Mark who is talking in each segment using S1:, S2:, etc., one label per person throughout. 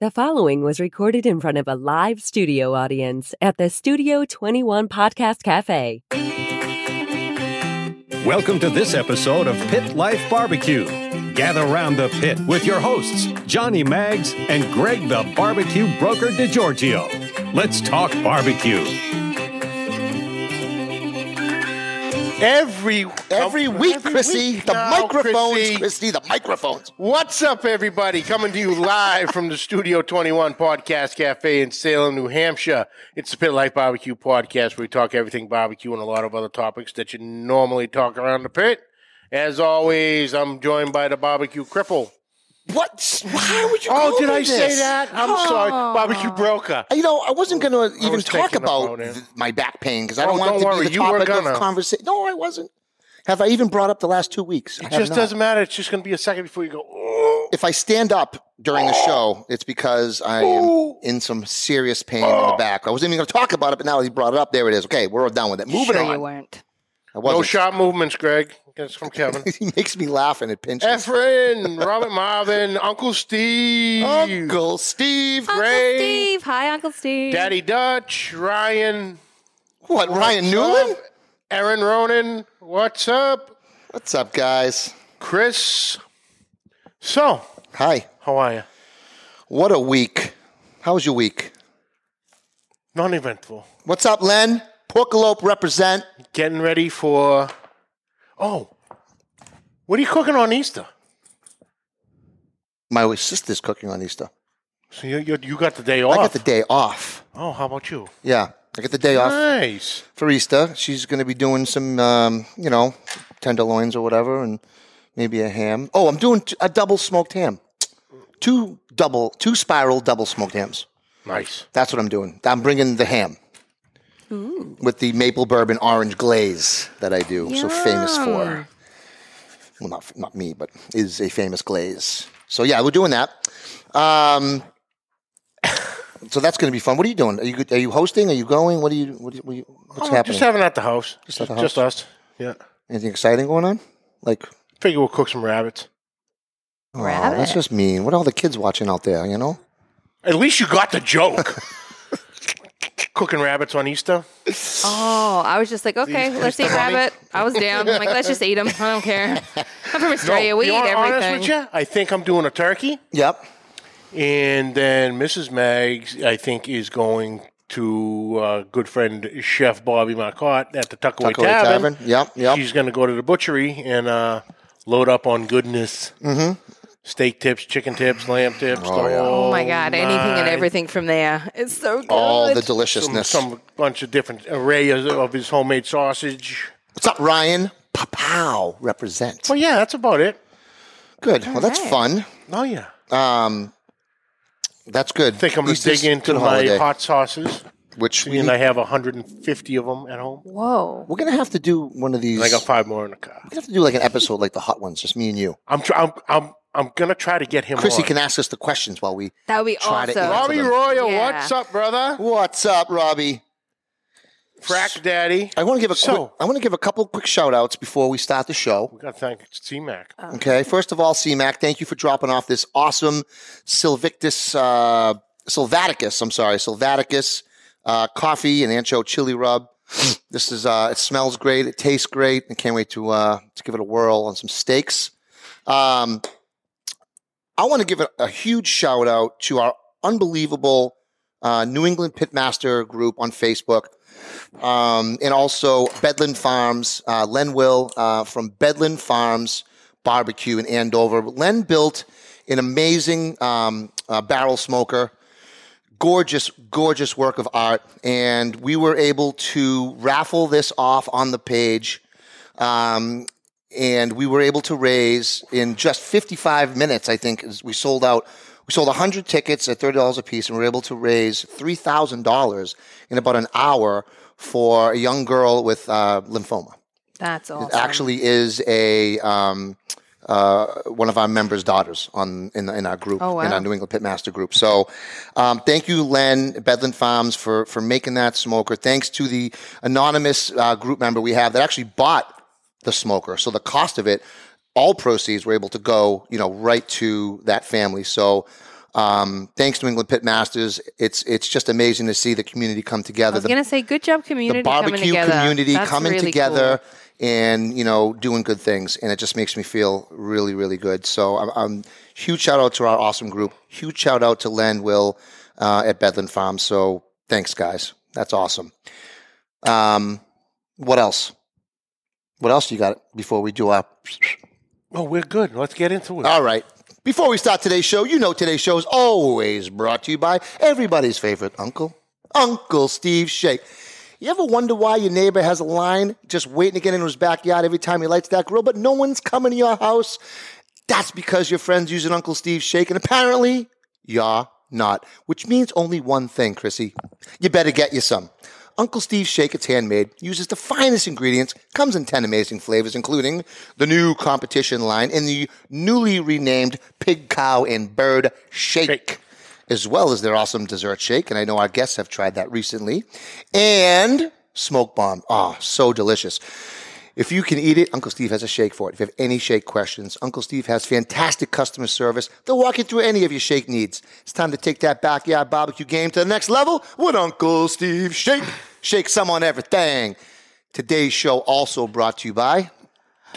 S1: The following was recorded in front of a live studio audience at the Studio 21 Podcast Cafe.
S2: Welcome to this episode of Pit Life Barbecue. Gather round the pit with your hosts, Johnny Maggs and Greg the Barbecue Broker DiGiorgio. Let's talk barbecue.
S3: Every
S4: Every week, Chrissy. The
S3: No,
S4: microphones,
S3: Chrissy.
S4: Chrissy. The microphones.
S3: What's up, everybody? Coming to you live from the Studio 21 Podcast Cafe in Salem, New Hampshire. It's the Pit Life Barbecue Podcast where we talk everything barbecue and a lot of other topics that you normally talk around the pit. As always, I'm joined by the barbecue cripple.
S4: What? Why would you?
S3: Oh,
S4: go
S3: did
S4: with
S3: I say
S4: this?
S3: that? I'm sorry. Barbecue broker.
S4: You know, I wasn't going to even
S3: was
S4: talk
S3: thinking
S4: about
S3: about it.
S4: th- my back pain because I
S3: Oh,
S4: don't want
S3: don't
S4: it to
S3: worry,
S4: be the
S3: you were
S4: topic
S3: gonna.
S4: of conversation. No, I wasn't. Have I even brought up the last two weeks?
S3: It just doesn't matter. It's just going to be a second before you go, oh.
S4: If I stand up during the show, it's because I am in some serious pain in the
S3: Oh.
S4: back. I wasn't even going to talk about it, but now that you brought it up, there it is. Okay, we're all done with it. Moving
S5: sure
S4: on.
S5: you weren't.
S4: I wasn't.
S3: No sharp movements, Greg. That's from Kevin.
S4: he makes me laugh and it pinches.
S3: Efren, Robert Marvin, Uncle Steve.
S4: Uncle Steve.
S5: Uncle
S3: Ray.
S5: Steve. Hi, Uncle Steve.
S3: Daddy Dutch, Ryan,
S4: What, Ryan Newland?
S3: Aaron Ronan, what's up?
S4: What's up, guys?
S3: Chris. So,
S4: Hi.
S3: how are you?
S4: What a week. How was your week?
S3: Non-eventful.
S4: What's up, Len? Porkalope represent.
S3: Getting ready for. Oh, what are you cooking on Easter?
S4: My sister's cooking on Easter.
S3: So you you, you got the day
S4: I
S3: off.
S4: got the day off.
S3: oh, how about you?
S4: Yeah, I get the day off
S3: Nice.
S4: for Easter. She's going to be doing some, um, you know, tenderloins or whatever, and maybe a ham. Oh, I'm doing t- a double smoked ham. Two double, two spiral double smoked hams.
S3: Nice.
S4: That's what I'm doing. I'm bringing the ham with the maple bourbon orange glaze that I do. I'm so famous for. Well, not not me, but is a famous glaze. So yeah, we're doing that. Um, so that's going to be fun. What are you doing? Are you are you hosting? Are you going? What are you? What, are you- what are you what's
S3: Oh,
S4: happening?
S3: just having it at the house. Just,
S4: the
S3: just us. Yeah.
S4: Anything exciting going on? Like.
S3: Figure we'll cook some rabbits.
S4: Oh,
S5: Rabbit.
S4: that's just mean. What are all the kids watching out there? You know,
S3: At least you got the joke. cooking rabbits on Easter.
S5: Oh, I was just like, okay, let's eat rabbit. I was down. I'm like, let's just eat them. I don't care. I'm from Australia. we
S3: be
S5: eat
S3: hon-
S5: everything.
S3: honest with you, I think I'm doing a turkey.
S4: Yep.
S3: And then Mrs. Maggs, I think, is going to uh, good friend Chef Bobby Marcotte at the Tuckaway,
S4: Tuckaway
S3: Tavern.
S4: Tavern. Yep, yep.
S3: She's going to go to the butchery and uh, load up on goodness. Mm-hmm. Steak tips, chicken tips, lamb tips. the
S5: Oh
S3: whole
S5: my god, anything
S3: nine.
S5: and everything from there. It's so good.
S4: All the
S3: Some,
S4: deliciousness.
S3: some bunch of different array of, of his homemade sausage.
S4: What's up, Ryan? Pow represent.
S3: Well, yeah, that's about it.
S4: Good. Well, that's
S5: right.
S4: fun.
S3: Oh, yeah.
S4: Um, that's good.
S3: I think I'm going to dig into my hot sauces.
S4: which we
S3: And I
S4: need,
S3: have 150 of them at home.
S5: Whoa.
S4: we're gonna have to do one of these.
S3: And I
S4: Like
S3: got five more in the car.
S4: we're gonna have to do like an episode like the hot ones, just me and you.
S3: I'm try- I'm I'm I'm gonna try to get him.
S4: Chrissy
S3: on.
S4: can ask us the questions while we.
S5: That would be
S4: Try to eat
S5: awesome.
S4: all-
S3: Robbie Royal,
S5: Yeah.
S3: what's up, brother?
S4: What's up, Robbie?
S3: Frack Daddy.
S4: I want to give a
S3: So-
S4: quick, I want to give a couple quick shout outs before we start the show.
S3: We gotta thank C Mac.
S4: Okay. First of all, CMAC, thank you for dropping off this awesome Silvictus, uh, Silvaticus, I'm sorry, Silvaticus uh, coffee and ancho chili rub. This is, uh, it smells great. It tastes great. I can't wait to, uh, to give it a whirl on some steaks. Um, I want to give a, a huge shout out to our unbelievable uh, New England Pitmaster group on Facebook, um, and also Bedlin Farms, uh, Len Will uh, from Bedlin Farms Barbecue in Andover. Len built an amazing um, uh, barrel smoker gorgeous, gorgeous work of art. And we were able to raffle this off on the page. Um, and we were able to raise in just 55 minutes, I think, is- we sold out. We sold 100 tickets at $30 a piece, and we were able to raise $3,000 in about an hour for a young girl with uh, lymphoma
S5: That's awesome.
S4: actually is a um, uh, one of our members' daughters on in, in our group
S5: Oh, wow.
S4: in our New England Pitmaster group. So, um, thank you, Len Bedlin Farms, for for making that smoker. Thanks to the anonymous uh, group member we have that actually bought the smoker. So the cost of it, all proceeds were able to go, you know, right to that family. So Um, thanks, New England Pit Masters. It's it's just amazing to see the community come
S5: I
S4: together.
S5: was
S4: The,
S5: gonna say, good job, community.
S4: the barbecue
S5: coming together.
S4: community
S5: That's
S4: coming
S5: really
S4: together and you know doing good things, and it just makes me feel really really good. So, um, um, huge shout out to our awesome group. Huge shout out to Len Will uh, at Bedland Farm. So, thanks guys. That's awesome. Um, what else? What else you got before we do our?
S3: Oh, we're good. Let's get into it.
S4: All right. Before we start today's show, you know today's show is always brought to you by everybody's favorite uncle, Uncle Steve Shake. You ever wonder why your neighbor has a line just waiting to get into his backyard every time he lights that grill, but no one's coming to your house? That's because your friend's using Uncle Steve's shake, and apparently you're not, which means only one thing, Chrissy. You better get you some. Uncle Steve's shake, it's handmade, uses the finest ingredients, comes in 10 amazing flavors, including the new competition line and the newly renamed pig, cow, and bird shake. as well as their awesome dessert shake. And I know our guests have tried that recently. And smoke bomb. Ah, so delicious. If you can eat it, Uncle Steve has a shake for it. If you have any shake questions, Uncle Steve has fantastic customer service. They'll walk you through any of your shake needs. It's time to take that backyard barbecue game to the next level with Uncle Steve Shake. Shake some on everything. Today's show also brought to you by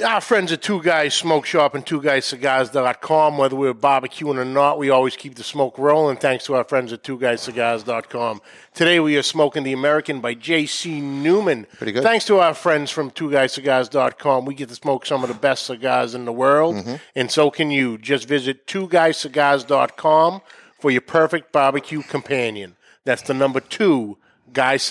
S3: Our friends at Two Guys Smoke Shop and Two Guys Cigars.com. Whether we're barbecuing or not, we always keep the smoke rolling thanks to our friends at Two Guys Cigars.com. Today we are smoking the American by J.C. Newman.
S4: Pretty good.
S3: Thanks to our friends from Two Guys Cigars.com. We get to smoke some of the best cigars in the world,
S4: Mm-hmm.
S3: and so can you. Just visit Two Guys Cigars.com for your perfect barbecue companion. That's the number two, Guys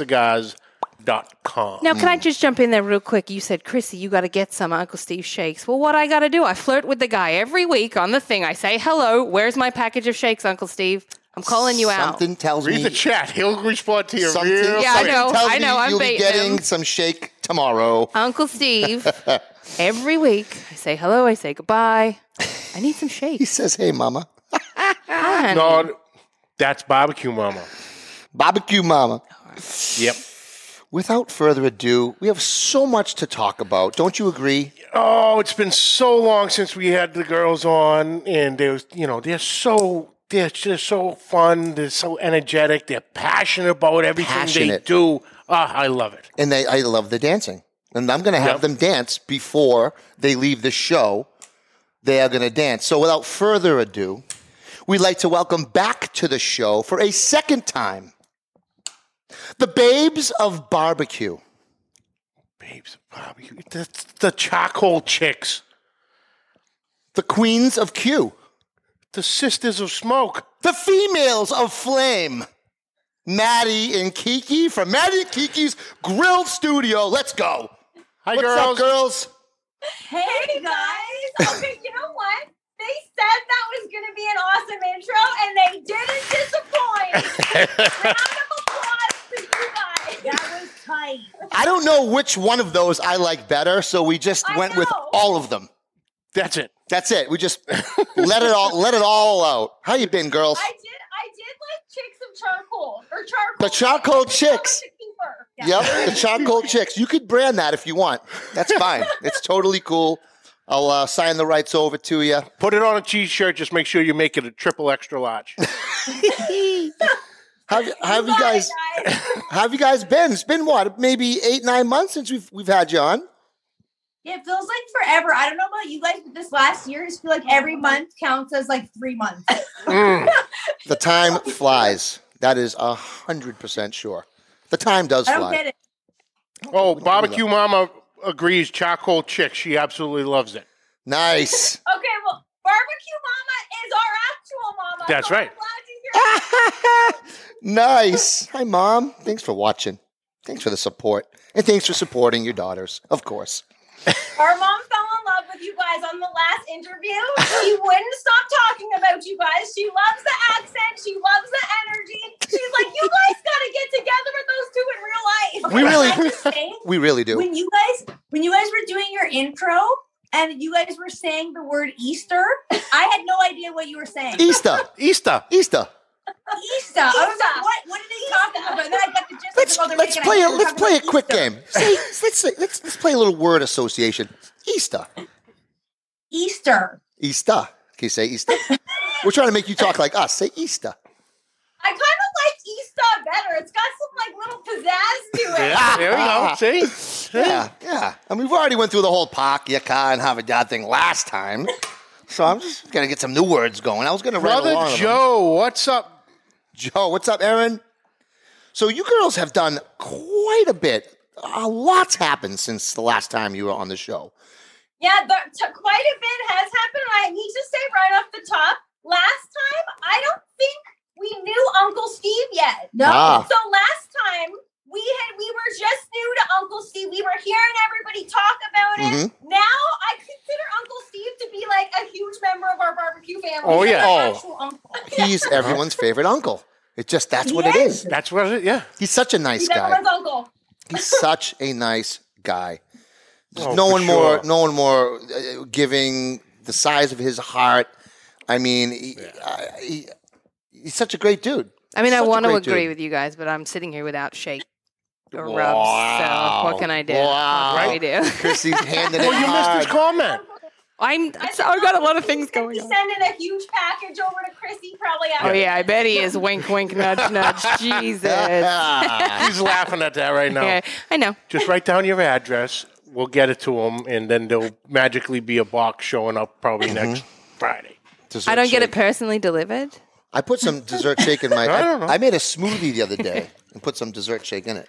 S3: Cigars.com.
S5: Cool. Now, can
S4: Mm.
S5: I just jump in there real quick? You said, Chrissy, you got to get some Uncle Steve shakes. Well, what I got to do? I flirt with the guy every week on the thing. I say, hello, where's my package of shakes, Uncle Steve? I'm calling you out.
S4: Something tells
S3: Read
S4: me
S3: the chat. He'll respond to you
S4: something,
S3: real
S5: Yeah, I
S3: quick.
S5: know.
S4: something tells
S5: I know,
S4: me
S5: I'm
S4: you'll be
S5: baiting
S4: getting
S5: him.
S4: some shake tomorrow.
S5: Uncle Steve, every week I say hello, I say goodbye. I need some
S4: He
S5: shakes.
S4: says, "Hey, mama,
S5: Fine.
S3: No, that's barbecue mama.
S4: barbecue, mama."
S3: Yep.
S4: Without further ado, we have so much to talk about. Don't you agree?
S3: Oh, it's been so long since we had the girls on, and they're you know they're so they're just so fun. They're so energetic. They're passionate about everything they
S4: Passionate.
S3: do. Ah, I love it.
S4: And they, I love the dancing. And I'm going to have
S3: Yep.
S4: them dance before they leave the show. They are going to dance. So without further ado, we'd like to welcome back to the show for a second time the Babes of Barbecue.
S3: Babes, barbecue. That's the charcoal chicks,
S4: The Queens of Q.
S3: the sisters of smoke.
S4: The females of Flame. Maddie and Kiki from Maddie and Kiki's Grill Studio. Let's go.
S3: Hi,
S4: What's
S3: girls.
S4: up, girls?
S6: Hey guys! Okay, you know what? They said that was going to be an awesome intro, and they didn't disappoint. Round of applause for you guys. That was tight.
S4: I don't know which one of those I like better, so we just
S6: I
S4: went with
S6: know.
S4: all of them.
S3: That's it.
S4: That's it. We just let it all let it all out. How you been, girls?
S6: I did. I did like chicks of charcoal or charcoal.
S4: The charcoal
S6: That was
S4: chicks.
S6: a keeper. Yeah.
S4: Yep, the charcoal chicks. You could brand that if you want. That's fine. it's totally cool. I'll uh, sign the rights over to you.
S3: Put it on a t-shirt. Just make sure you make it a triple extra large.
S4: How have, how have you
S6: Got it,
S4: guys? How have you guys been? It's been what, maybe eight, nine months since we've we've had you on.
S6: Yeah, it feels like forever. I don't know about you guys, but this last year, I just feel like every month counts as like three months.
S3: Mm.
S4: The time flies. That is a hundred percent sure. The time does
S6: I don't
S4: fly.
S6: get it.
S3: Oh, barbecue mama agrees. Charcoal chick. She absolutely loves it.
S4: Nice.
S6: Okay, well, barbecue mama is our actual mama.
S3: That's
S6: so I'm
S3: right.
S6: glad to
S4: Oh,
S6: hear
S4: nice. Hi, Mom. Thanks for watching. Thanks for the support. And thanks for supporting your daughters, of course.
S6: Our mom fell in love with you guys on the last interview. She wouldn't stop talking about you guys. She loves the accent. She loves the energy. She's like, you guys gotta get together with those two in real life.
S4: We really-
S6: Can I just say,
S4: We really do.
S6: when you guys when you guys were doing your intro and you guys were saying the word Easter, I had no idea what you were saying.
S4: Easter.
S3: Easter.
S4: Easter.
S6: Easter. I was like, what? What are they talking about? And then I got the gist
S4: Let's
S6: of the
S4: let's play a let's play a quick game. Say, let's say, let's let's play a little word association. Easter.
S6: Easter.
S4: Easter. Can you say Easter? We're trying to make you talk like us. Say Easter.
S6: I kind of like Easter better. It's got some like little pizzazz to it.
S3: Yeah, there we go. See?
S4: Yeah, yeah. I mean, we've already went through the whole park, your car, and have a dad thing last time. So I'm just gonna get some new words going. I was gonna write a lot
S3: Brother
S4: of them.
S3: Joe, what's up?
S4: Joe, what's up, Aaron? So you girls have done quite a bit. A lot's happened since the last time you were on the show.
S6: Yeah, the, t- quite a bit has happened. I need to say right off the top, last time I don't think we knew Uncle Steve yet.
S4: No. Ah.
S6: So last time we had we were just new to Uncle Steve. We were hearing everybody talk about it. Now I consider Uncle Steve to be like a huge member of our barbecue family.
S3: Oh,
S6: He's
S3: yeah.
S6: our
S3: Oh.
S6: actual uncle.
S4: He's everyone's favorite uncle. It just that's what it
S6: Yes.
S4: is.
S3: That's what it yeah.
S4: He's such a nice
S6: He's
S4: guy.
S6: everyone's uncle.
S4: He's such a nice guy. There's
S3: Oh,
S4: no
S3: for
S4: one more,
S3: sure.
S4: no one more uh, giving the size of his heart. I mean, he, I- he- he's such a great dude.
S5: I mean, I
S4: Such a
S5: want to
S4: great
S5: agree
S4: dude.
S5: with you guys, but I'm sitting here without shake or rubs. So
S4: Wow.
S5: what can I do?
S4: Wow.
S5: What can I do?
S4: Chrissy's handing it
S3: Well, Oh, you missed his
S4: hard.
S3: comment.
S5: I'm. I'm so, I've got a lot of things
S6: He's gonna be
S5: going on.
S6: Sending a huge package over to Chrissy probably.
S5: Oh
S6: after
S5: yeah, I bet he is. Wink, wink, nudge, nudge. Jesus.
S3: He's laughing at that right now.
S5: Okay, I know.
S3: Just write down your address. We'll get it to him, and then there'll magically be a box showing up probably
S4: Mm-hmm.
S3: next Friday.
S4: Dessert
S5: I don't get it
S4: shake.
S5: personally delivered.
S4: I put some dessert shake in my.
S3: I
S4: I,
S3: don't know.
S4: I made a smoothie the other day and put some dessert shake in it.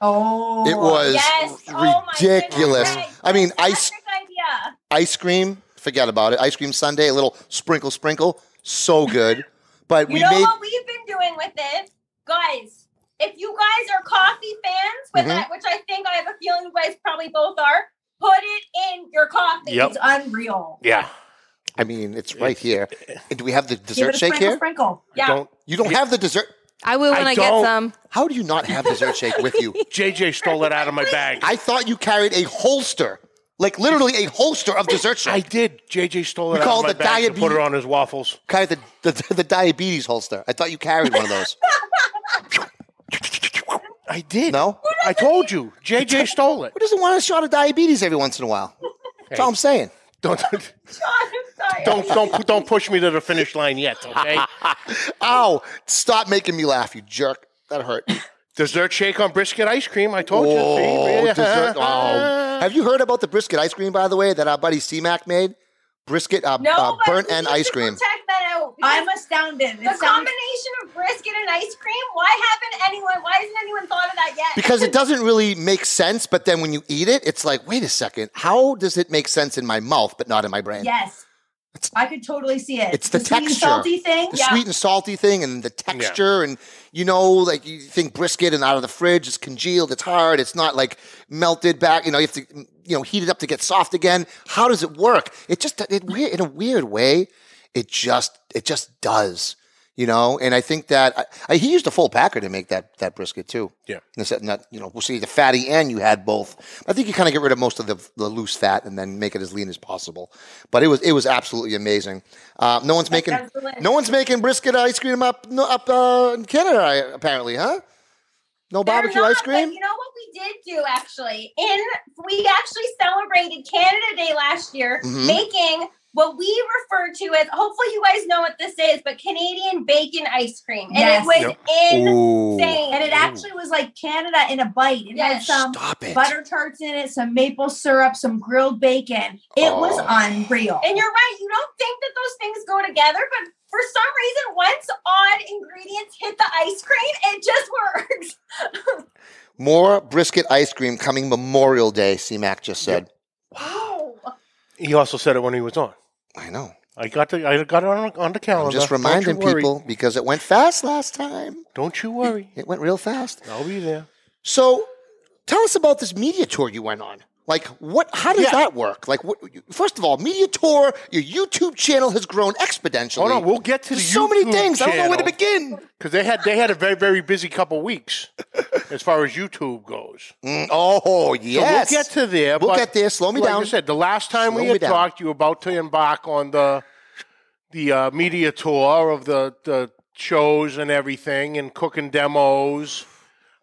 S4: Oh, it was
S6: Yes. Oh, my goodness.
S4: ridiculous.
S6: Right.
S4: I mean, ice
S6: Fantastic idea.
S4: ice cream. Forget about it. Ice cream sundae, a little sprinkle, sprinkle. So good. But
S6: You
S4: we
S6: know
S4: made
S6: what we've been doing with it, guys. If you guys are coffee fans, with
S4: Mhm.
S6: that, which I think I have a feeling you guys probably both are, put it in your coffee.
S3: Yep.
S6: It's unreal.
S3: Yeah.
S4: I mean, it's right here. Do we have the
S6: Give
S4: dessert
S6: it a
S4: shake
S6: sprinkle,
S4: here?
S6: sprinkle. Yeah.
S3: Don't
S4: You don't have the dessert.
S5: I will when
S3: I
S5: I, get
S3: don't.
S5: some.
S4: How do you not have dessert shake with you?
S3: JJ stole it out of my bag.
S4: I thought you carried a holster, like literally a holster of dessert shake.
S3: I did. JJ stole
S4: We
S3: it out
S4: call
S3: of my
S4: it the
S3: bag and put
S4: diabetes-
S3: it on his waffles.
S4: carried the, the the diabetes holster. I thought you carried one of those.
S3: I did.
S4: No?
S3: I told you. JJ stole it.
S4: Who doesn't want a shot of diabetes every once in a while? That's all I'm saying.
S3: Don't
S6: I'm sorry.
S3: don't
S4: uh,
S3: don't don't push me to the finish line yet, okay?
S4: Ow! Stop making me laugh, you jerk. That hurt.
S3: dessert shake on brisket ice cream. I told
S4: Oh,
S3: you. see?
S4: dessert. Oh. Have you heard about the brisket ice cream, by the way, that our buddy C-Mac made? Brisket, uh,
S6: No,
S4: uh,
S6: but
S4: burnt
S6: we
S4: end
S6: need
S4: ice
S6: to
S4: cream.
S6: Check that out.
S7: I'm
S6: because
S7: astounded.
S6: the
S7: It sounds,
S6: combination of brisket and ice cream. Why haven't anyone? Why hasn't anyone thought of that yet?
S4: Because it doesn't really make sense, but then when you eat it, it's like, wait a second, how does it make sense in my mouth but not in my brain?
S7: yes, I could totally see it.
S4: It's the
S7: sweet and
S4: texture.
S7: salty thing.
S4: the
S7: yeah.
S4: sweet and salty thing and the texture and you know like you think brisket and out of the fridge it's congealed it's hard it's not like melted back you know you have to you know heat it up to get soft again how does it work it just it weird in a weird way it just it just does you know and i think that I, I, he used a full packer to make that that brisket too
S3: Yeah.
S4: and it's not, you know we'll see the fatty and you had both i think you kind of get rid of most of the, the loose fat and then make it as lean as possible but it was it was absolutely amazing uh, no one's making
S6: sounds delicious.
S4: no one's making brisket ice cream up no, up uh, in Canada I- apparently, huh? No
S6: They're
S4: barbecue
S6: not,
S4: ice
S6: but
S4: cream.
S6: You know what we did do actually? In we actually celebrated Canada Day last year,
S4: Mhm.
S6: making what we refer to as hopefully you guys know what this is, but Canadian bacon ice cream. And
S7: Yes.
S6: it was
S3: Yep.
S4: Ooh,
S6: insane.
S7: and it actually was like Canada in a bite. It had
S6: Yes.
S7: some
S4: stop it!
S7: butter tarts in it, some maple syrup, some grilled bacon. It was
S4: Oh.
S7: unreal.
S6: and you're right, you don't think that those things go together, but for some reason, once odd ingredients hit the ice cream, it just works.
S4: More brisket ice cream coming Memorial Day. C-Mac just said.
S6: Wow.
S3: He also said it when he was on.
S4: I know.
S3: I got the I got it on, on the calendar.
S4: I'm just
S3: Don't you
S4: reminding
S3: worry.
S4: people because it went fast last time.
S3: Don't you worry.
S4: It went real fast.
S3: I'll be there.
S4: So, tell us about this media tour you went on. Like, what? How does
S3: Yeah.
S4: that work? Like, what, first of all, media tour. Your YouTube channel has grown exponentially.
S3: Hold on, we'll get to the
S4: There's so many
S3: YouTube
S4: things. I don't know where to
S3: channel.
S4: begin.
S3: Because they had they had a very very busy couple weeks as far as YouTube goes.
S4: Mm, oh
S3: So
S4: yes.
S3: we'll get to there.
S4: We'll
S3: but
S4: get there. Slow me
S3: like
S4: down.
S3: I said the last time
S4: Slow
S3: we
S4: me
S3: had
S4: down.
S3: talked, you were about to embark on the the uh, media tour of the the shows and everything, and cooking demos.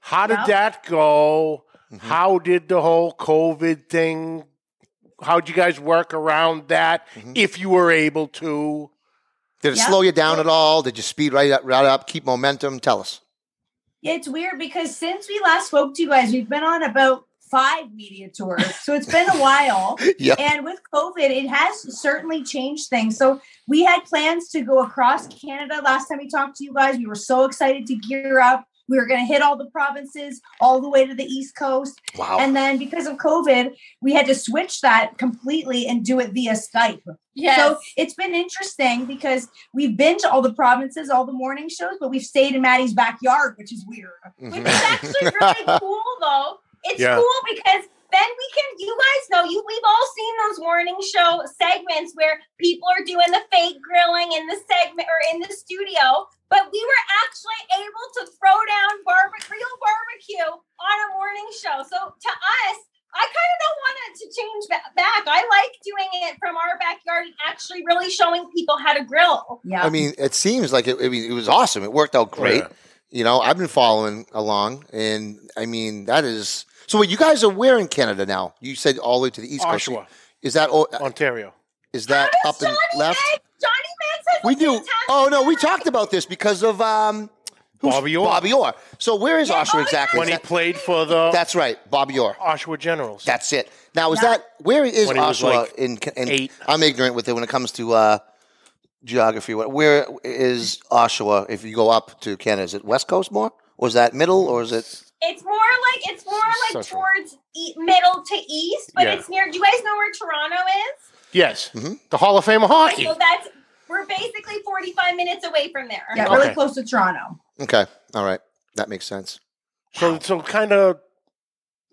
S3: How did that go?
S4: Mm-hmm.
S3: How did the whole COVID thing?
S4: Mm-hmm.
S3: How'd you guys work around that, if you were able to?
S4: Did it
S7: Yeah.
S4: slow you down at all? Did you speed right up, right up? Keep momentum. Tell us.
S7: It's weird because since we last spoke to you guys, we've been on about five media tours. So it's been a while.
S4: Yeah.
S7: And with COVID, it has certainly changed things. So we had plans to go across Canada last time we talked to you guys. We were so excited to gear up. We were going to hit all the provinces all the way to the East Coast.
S4: Wow.
S7: And then because of COVID, we had to switch that completely and do it via Skype. So it's been interesting because we've been to all the provinces, all the morning shows, but we've stayed in Maddie's backyard, which is weird.
S4: Mm-hmm.
S6: which is actually really cool though. It's
S3: Yeah.
S6: cool because then we can you guys know you we've all seen those morning show segments where people are doing the fake grilling in the segment or in the studio, but we were actually able to throw down barbecue real barbecue on a morning show. So to us, I kind of don't want it to change ba- back. I like doing it from our backyard and actually really showing people how to grill.
S7: Yeah.
S4: I mean, it seems like it, I mean, it was awesome. It worked out great.
S3: Yeah.
S4: You know, I've been following along, and I mean, that is so. Wait, you guys are where in Canada now? You said all the way to the East
S3: Oshawa.
S4: Coast. Is that o-
S3: Ontario.
S4: is that
S6: How
S4: up
S6: does
S4: and
S6: Johnny
S4: left?
S6: Mag- Johnny Man says
S4: We
S6: it's
S4: do.
S6: fantastic
S4: Oh no, we
S6: grill.
S4: talked about this because of um, who's-
S3: Bobby Orr.
S4: Bobby Orr. So where is
S6: Yeah,
S4: Oshawa
S6: oh,
S4: exactly?
S3: When
S4: Is
S3: he
S4: that-
S3: played for the
S4: that's right, Bobby Orr.
S3: Oshawa Generals.
S4: That's it. Now is
S7: Yeah.
S4: that where is
S3: When he was,
S4: Oshawa
S3: like,
S4: in, in?
S3: eight.
S4: I'm ignorant with it when it comes to uh, geography. What- Where is Oshawa? If you go up to Canada, is it West Coast more, or is that middle, or is it?
S6: It's more like it's more like
S4: Central.
S6: towards e- middle to east, but
S3: Yeah.
S6: it's near. Do you guys know where Toronto is?
S3: yes.
S4: Mhm.
S3: The Hall of Fame of Hockey.
S6: So that's we're basically forty five minutes away from there.
S7: yeah,
S3: Okay.
S7: really close to Toronto.
S4: Okay, all right, that makes sense.
S3: So so kind of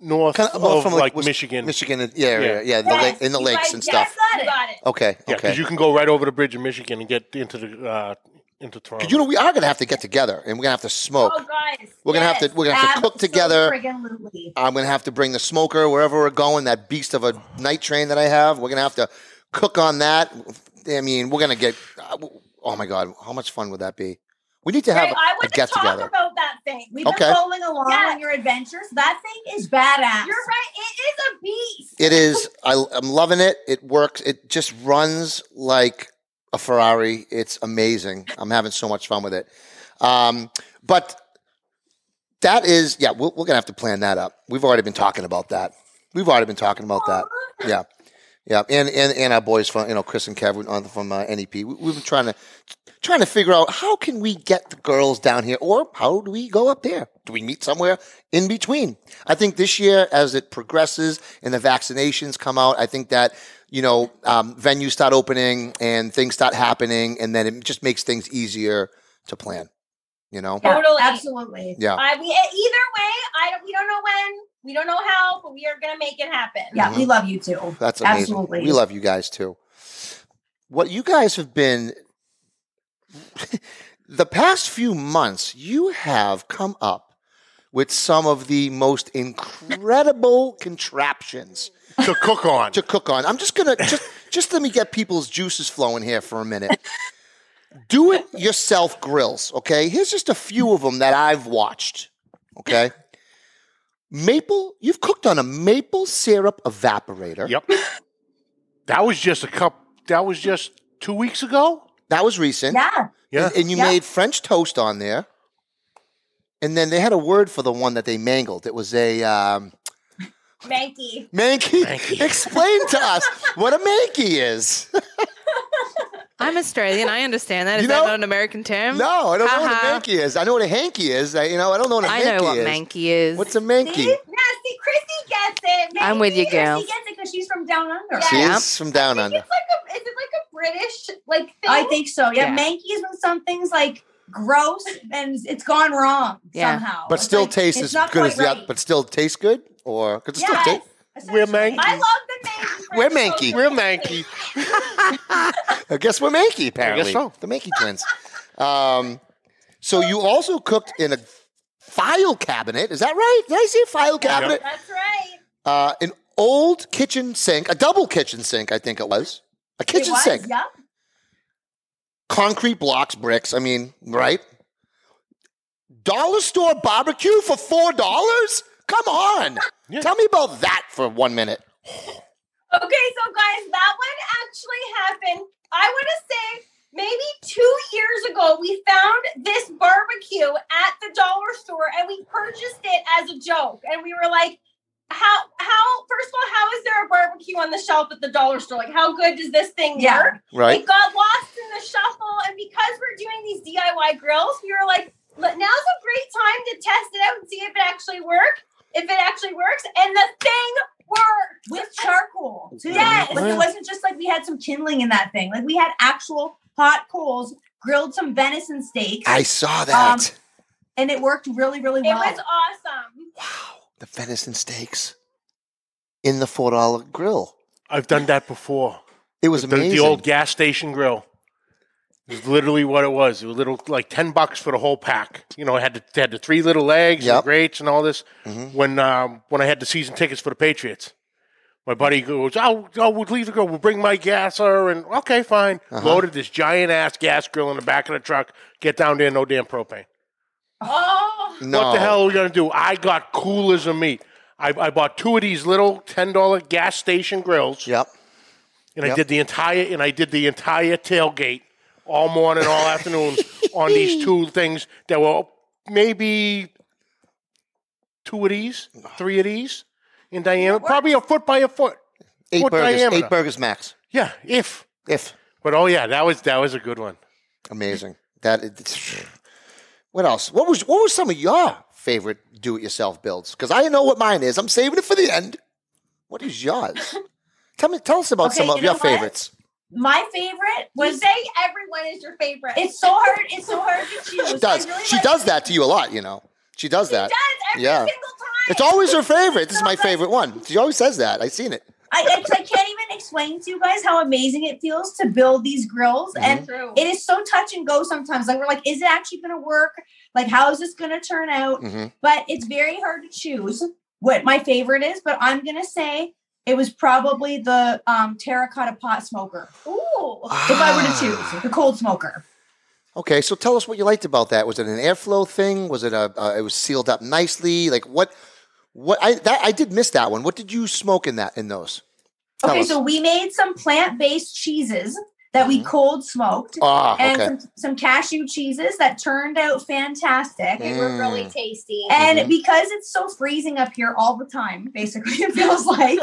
S3: north
S4: Kinda
S3: of,
S4: north from, like,
S3: like,
S4: Wis-
S3: Michigan.
S4: Michigan, yeah, yeah, yeah, the
S6: Yes,
S4: lake, in the
S6: you
S4: lakes
S6: guys-
S4: and
S6: yes,
S4: stuff.
S6: got it. Got it.
S4: Okay,
S3: Yeah, because
S4: okay.
S3: you can go right over the bridge in Michigan and get into the uh, into Toronto.
S4: 'Cause you know we are gonna have to get together, and we're gonna have to smoke.
S6: Oh, guys,
S4: We're gonna have
S6: yes.
S4: to we're gonna have to cook together.
S7: Absolutely.
S4: I'm gonna have to bring the smoker wherever we're going. That beast of a night train that I have. We're gonna have to cook on that. I mean, we're gonna get. Oh my god, how much fun would that be? We need to have
S6: Right, I
S4: a
S6: want to
S4: get
S6: talk
S4: together.
S6: about that thing.
S7: We've been
S4: Okay.
S7: following along
S6: Yeah.
S7: on your adventures. That thing is badass.
S6: You're right. It is a beast.
S4: It is. I, I'm loving it. It works. It just runs like a Ferrari. It's amazing. I'm having so much fun with it. Um, but that is, yeah, we're, we're gonna have to plan that up. We've already been talking about that. We've already been talking about that. Yeah, yeah, and and and our boys from you know Chris and Kevin on from uh, NEP. We, we've been trying to trying to figure out how can we get the girls down here, or how do we go up there? Do we meet somewhere in between? I think this year, as it progresses and the vaccinations come out, I think that you know um, venues start opening and things start happening, and then it just makes things easier to plan. You know,
S7: Yeah,
S6: Totally.
S7: Absolutely.
S4: yeah.
S6: I, we, eh, either way, I don't, we don't know when, we don't know how, but we are gonna make it happen.
S7: Yeah, we love you too.
S4: That's amazing.
S7: Absolutely.
S4: We love you guys too. What you guys have been the past few months, you have come up with some of the most incredible contraptions
S3: to cook on.
S4: to cook on. I'm just gonna just just let me get people's juices flowing here for a minute. Do it yourself grills, okay? Here's just a few of them that I've watched, okay? Maple, you've cooked on a maple syrup evaporator.
S3: Yep. That was just a cup. That was just two weeks ago.
S4: That was recent.
S7: Yeah.
S3: Yeah.
S4: And, and you
S7: Yeah.
S4: made French toast on there. And then they had a word for the one that they mangled. It was a um,
S6: Manky.
S4: manky.
S3: Manky.
S4: Explain to us what a manky is.
S5: I'm Australian. I understand that.
S4: You
S5: Is
S4: know-
S5: that not an American term?
S4: No, I don't know what
S5: Haha.
S4: a manky is. I know what a hanky is. I, you know, I don't know what a
S5: I
S4: manky
S5: know what
S4: is.
S5: manky is.
S4: What's a
S6: See?
S4: manky?
S6: Yeah, see, Chrissy gets it.
S5: I'm with you,
S6: Manky.
S5: girl.
S7: She gets it because she's from down under.
S6: Yeah.
S4: She
S5: Yeah.
S4: is from down
S6: I think
S4: under.
S6: It's like a, is it like a British like thing?
S7: I think so. Yeah,
S5: Yeah.
S7: Mankey's when something's like gross and it's gone wrong
S5: Yeah.
S7: somehow.
S4: But
S7: It's
S4: still
S7: like,
S4: tastes
S7: it's
S4: as
S7: not
S4: good as
S7: quite
S4: the other,
S7: right.
S4: but still tastes good? Or, because it
S7: Yes,
S4: still tastes.
S3: We're
S7: essentially.
S3: Mankeys.
S6: I love the Manky.
S4: We're
S6: French
S4: Manky.
S6: toast.
S3: We're manky.
S4: I guess we're Mankey, apparently.
S3: so.
S4: The Mankey twins. Um, so you also cooked in a file cabinet. Is that right? Did I see a file cabinet?
S6: That's right.
S4: Uh, an old kitchen sink, a double kitchen sink, I think it was. A
S7: It
S4: kitchen
S7: was,
S4: sink.
S7: Yep.
S4: Concrete blocks, bricks. I mean, right? Dollar store barbecue for $4? Come on.
S3: Yeah.
S4: Tell me about that for one minute.
S6: Okay, so guys, that one actually happened. I want to say maybe two years ago, we found this barbecue at the dollar store and we purchased it as a joke. And we were like, how, how, first of all, how is there a barbecue on the shelf at the dollar store? Like, how good does this thing
S7: Yeah.
S6: work?
S4: right?
S6: It got lost in the shuffle. And because we're doing these DIY grills, we were like, "Look, now's a great time to test it out and see if it actually works. If it actually works. And the thing worked.
S7: with charcoal too.
S6: Yes.
S7: Like it wasn't just like we had some kindling in that thing. Like we had actual hot coals, grilled some venison steaks,
S4: I saw that.
S7: um, and it worked really, really
S6: It
S7: well.
S6: was awesome.
S4: wow, the venison steaks in the four dollar grill.
S3: I've done that before.
S4: It was
S3: The,
S4: amazing.
S3: the old gas station grill. It was literally what it was. It was little like ten bucks for the whole pack. You know, it had the, it had the three little legs, and the
S4: Yep.
S3: grates, and all this.
S4: Mhm.
S3: When um, when I had the season tickets for the Patriots, my buddy goes, "Oh, oh we'll leave the grill. We'll bring my gasser." And okay, fine.
S4: Uh-huh.
S3: Loaded this giant ass gas grill in the back of the truck. Get down there, no damn propane.
S6: Oh,
S4: no.
S3: What the hell are we gonna do? I got coolers of meat. I, I bought two of these little ten dollar gas station grills
S4: Yep.
S3: and I
S4: Yep.
S3: did the entire and I did the entire tailgate all morning, all afternoons on these two things that were maybe two of these, three of these in diameter, probably a foot by a foot.
S4: Eight
S3: What
S4: burgers.
S3: diameter?
S4: Eight burgers max.
S3: Yeah, if.
S4: If
S3: But oh yeah, that was that was a good one.
S4: amazing. That. It, what else? What was what was some of your favorite do it yourself builds? Because I know what mine is. I'm saving it for the end. What is yours? tell me. Tell us about
S7: Okay,
S4: some of
S7: you know
S4: your
S7: what?
S4: favorites.
S7: My favorite
S6: you
S7: was
S6: say everyone is your favorite.
S7: it's so hard. It's so hard to choose.
S4: She does.
S7: I really
S4: she
S7: like-
S4: does that to you a lot. You know. She does
S6: it
S4: that.
S6: does every
S4: Yeah.
S6: single time.
S4: It's always her favorite. This is
S6: So
S4: my
S6: good.
S4: favorite one. She always says that. I've seen it.
S7: I, it's- I can't even explain to you guys how amazing it feels to build these grills,
S4: Mm-hmm.
S7: and
S6: True.
S7: it is so touch and go sometimes. Like we're like, is it actually going to work? Like, how is this going to turn out?
S4: Mhm.
S7: but it's very hard to choose what my favorite is. But I'm gonna say it was probably the um, terracotta pot smoker.
S6: Ooh.
S7: If I were
S4: Ah.
S7: to choose the cold smoker,
S4: Okay, so tell us what you liked about that. Was it an airflow thing? Was it a? Uh, it was sealed up nicely. Like what? What I that I did miss that one. What did you smoke in that in those? Tell
S7: okay.
S4: us.
S7: So we made some plant-based cheeses that we
S4: Mhm.
S7: cold smoked,
S4: Ah,
S7: and
S4: okay.
S7: some, some cashew cheeses that turned out fantastic.
S6: They were really
S4: Mm.
S6: tasty.
S7: And
S4: Mhm.
S7: because it's so freezing up here all the time, basically, it feels like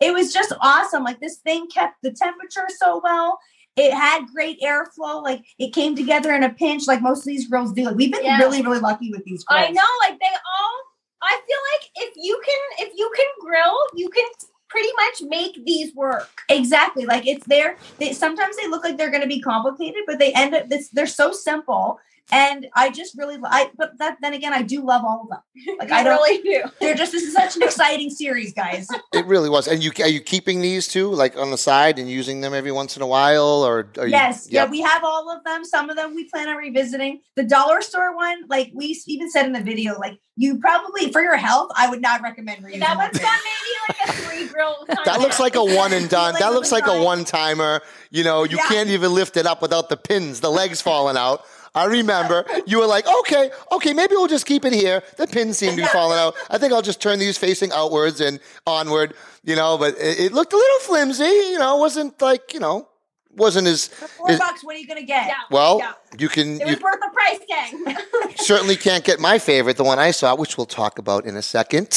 S7: it was just awesome. Like this thing kept the temperature so well. It had great airflow. Like it came together in a pinch, like most of these grills do. Like we've been
S6: Yeah.
S7: really, really lucky with these grills.
S6: I know, like they all. I feel like if you can, if you can grill, you can pretty much make these work.
S7: Exactly. Like it's there. They, sometimes they look like they're going to be complicated, but they end up. This, they're so simple. And I just really, li- I but that then again, I do love all of them. Like
S6: You
S7: I don't.
S6: really do.
S7: They're just this is such an exciting series, guys.
S4: It really was. And you are you keeping these too, like on the side, and using them every once in a while, or are you,
S7: yes yeah
S4: Yep.
S7: we have all of them some of them we plan on revisiting the dollar store one like we s- even said in the video like you probably for your health i would not recommend reusing
S6: That
S7: that
S6: one's got maybe like a three grill.
S4: That looks like a one and done.
S7: Like
S4: That
S7: on
S4: looks
S7: the
S4: like a
S7: side.
S4: one timer. You know, you
S7: Yeah.
S4: can't even lift it up without the pins, the legs falling out. I remember you were like, okay, okay, maybe we'll just keep it here. The pins seem to be falling out. I think I'll just turn these facing outwards and onward, you know, but it, it looked a little flimsy, you know, wasn't like, you know, wasn't as,
S7: four
S4: is-
S7: bucks what are you gonna get
S6: Yeah.
S4: well,
S6: Yeah.
S4: you can,
S6: It
S4: you
S6: was worth the price tag.
S4: certainly can't get my favorite, the one I saw, which we'll talk about in a second.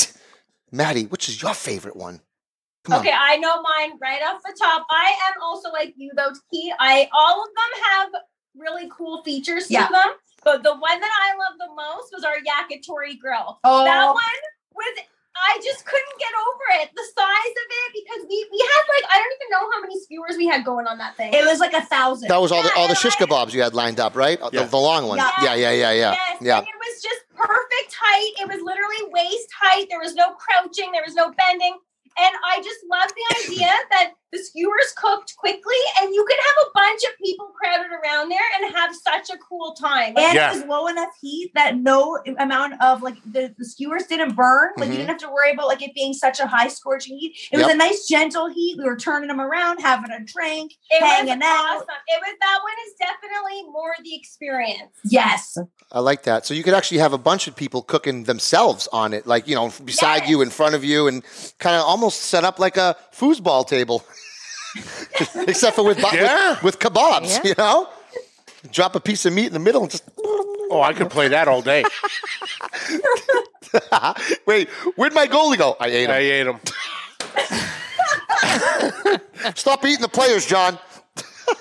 S4: Maddie, which is your favorite one? Come on.
S6: Okay, I know mine right off the top. I am also like you though, Key. I all of them have really cool features
S7: Yeah.
S6: to them, but the one that I love the most was our yakitori grill.
S7: oh
S6: That one was I just couldn't get over it. The size of it because we we had like I don't even know how many skewers we had going on that thing.
S7: it was like a thousand
S4: That was all the all the
S6: Yeah,
S4: shish
S6: and
S4: kebabs you had lined up, right? Uh,
S3: Yeah.
S4: The, the long one.
S7: Yeah.
S4: Yeah, yeah, yeah, yeah.
S6: Yes,
S4: yeah.
S6: and it was just perfect height. It was literally waist height. There was no crouching. There was no bending. And I just love the idea that the skewers cooked quickly, and you could have a bunch of people crowded around there and have such a cool time. Like,
S7: and
S3: Yeah.
S7: it was low enough heat that no amount of like the, the skewers didn't burn. Like
S4: Mhm.
S7: you didn't have to worry about like it being such a high scorching heat. It was
S4: Yep.
S7: a nice gentle heat. We were turning them around, having a drink.
S6: it
S7: hanging
S6: was
S7: out.
S6: awesome. It was that one is definitely more the experience.
S7: Yes,
S4: I like that. So you could actually have a bunch of people cooking themselves on it, like you know, beside you, in front of you, and kind of almost set up like a foosball table, except for with bu-
S3: Yeah.
S4: with, with kebabs,
S5: Yeah.
S4: you know. Drop a piece of meat in the middle and just.
S3: Oh, I could play that all day.
S4: Wait, where'd my goalie go? I ate
S3: I
S4: him.
S3: ate them.
S4: Stop eating the players, John.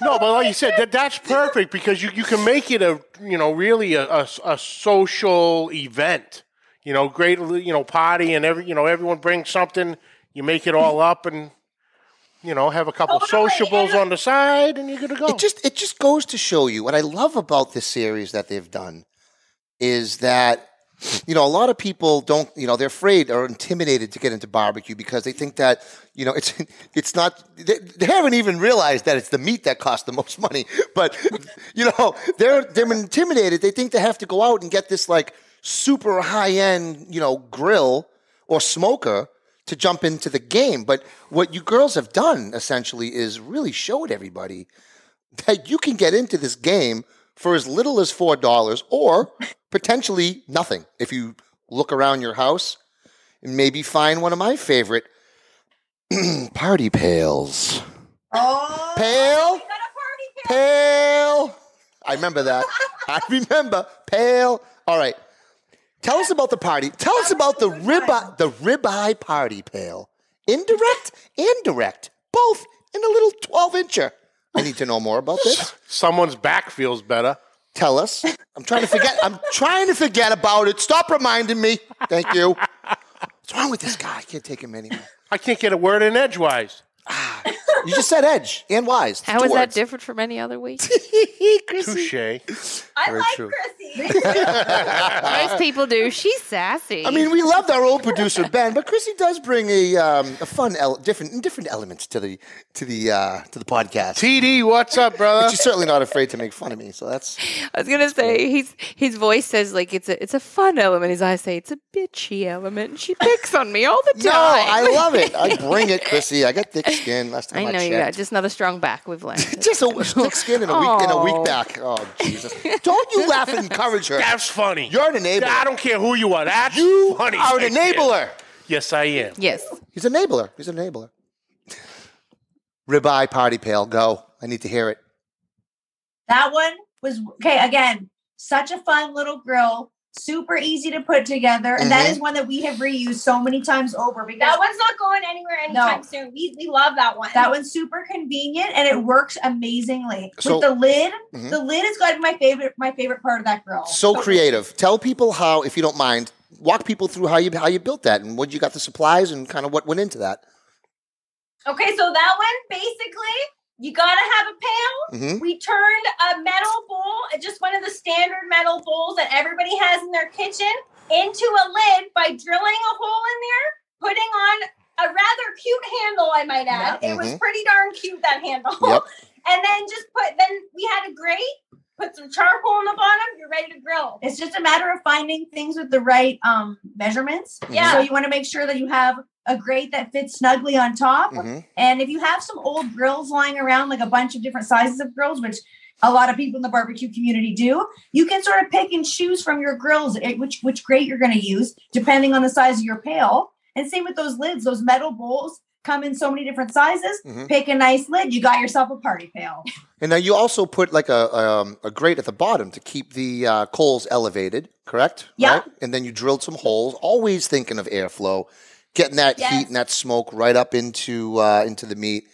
S3: No, but like you said, that, that's perfect because you, you can make it a you know really a, a, a social event. You know, great you know party and every you know everyone brings something. You make it all up and you know have a couple
S6: Totally.
S3: sociables on the side and you're gonna go.
S4: It just it just goes to show you what I love about this series that they've done is that you know a lot of people don't you know they're afraid or intimidated to get into barbecue because they think that you know it's it's not they, they haven't even realized that it's the meat that costs the most money but you know they're they're intimidated they think they have to go out and get this like super high end you know grill or smoker to jump into the game but what you girls have done essentially is really showed everybody that you can get into this game for as little as four dollars or potentially nothing if you look around your house and maybe find one of my favorite party pails.
S7: Oh,
S4: Pail,
S6: We got a party pit.
S4: pail. I remember that. I remember pail. All right. Tell us about the party. Tell us about the ribeye, the ribeye party pail. Indirect and direct, both in a little twelve incher. I need to know more about this.
S3: Someone's back feels better.
S4: Tell us. I'm trying to forget. I'm trying to forget about it. Stop reminding me. Thank you. What's wrong with this guy? I can't take him anymore.
S3: I can't get a word in edgewise.
S4: You just said edge and wise.
S5: How is that different from any other week?
S4: different?
S3: Touche.
S6: I
S3: Very
S6: like
S3: true.
S6: Chrissy.
S5: Most people do. She's sassy.
S4: I mean, we loved our old producer Ben, but Chrissy does bring a, um, a fun, ele- different, different elements to the to the uh, to the podcast.
S3: TD, what's up, brother?
S4: She's certainly not afraid to make fun of me, so that's
S5: I was gonna say he's his voice says like it's a it's a fun element. His eyes say it's a bitchy element. and She picks on me all the
S4: no.
S5: time.
S4: I love it. I bring it, Chrissy. I got thick skin. Last
S5: I
S4: time I,
S5: know you got
S4: checked.
S5: just not a strong back. We've learned.
S4: Just a thick skin and a week and a
S5: Oh.
S4: week back. Oh Jesus! Don't you laugh and encourage her.
S3: That's funny.
S4: You're an enabler.
S3: I don't care who you are. That's
S4: You
S3: funny.
S4: are
S3: right
S4: an enabler.
S3: there. Yes, I am.
S5: yes.
S4: He's an enabler. He's an enabler. Ribeye party pail. Go. I need to hear it.
S7: That one was okay. Again, such a fun little grill, super easy to put together, and that
S4: Mhm.
S7: is one that we have reused so many times over because
S6: That
S7: that,
S6: one's not going anywhere anytime
S7: No.
S6: soon. We, we love that one.
S7: one's super convenient and it works amazingly.
S4: So-
S7: With the lid,
S4: Mhm.
S7: the lid is going to be my favorite. My favorite part of that grill.
S4: So creative. Tell people how, if you don't mind, walk people through how you how you built that and what you got the supplies and kind of what went into that.
S6: Okay, so that one basically, you gotta have a pail.
S4: hmm
S6: We turned a metal bowl, uh, just one of the standard metal bowls that everybody has in their kitchen, into a lid by drilling a hole in there, putting on a rather cute handle, I might add. It was
S4: Mhm.
S6: pretty darn cute, that handle.
S4: Yep.
S6: And then just put, then we had a grate, put some charcoal on the bottom, you're ready to grill.
S7: It's just a matter of finding things with the right um, measurements.
S6: Yeah.
S7: So you want to make sure that you have a grate that fits snugly on top.
S4: hmm
S7: And if you have some old grills lying around, like a bunch of different sizes of grills, which a lot of people in the barbecue community do, you can sort of pick and choose from your grills eh, which which grate you're going to use depending on the size of your pail. And same with those lids, those metal bowls come in so many different sizes.
S4: Mhm.
S7: Pick a nice lid, you got yourself a party pail.
S4: And now you also put like a um, a grate at the bottom to keep the uh, coals elevated, correct?
S7: Yeah.
S4: And then you drilled some holes. Always thinking of airflow, getting that
S6: Yes.
S4: heat and that smoke right up into uh, into the meat.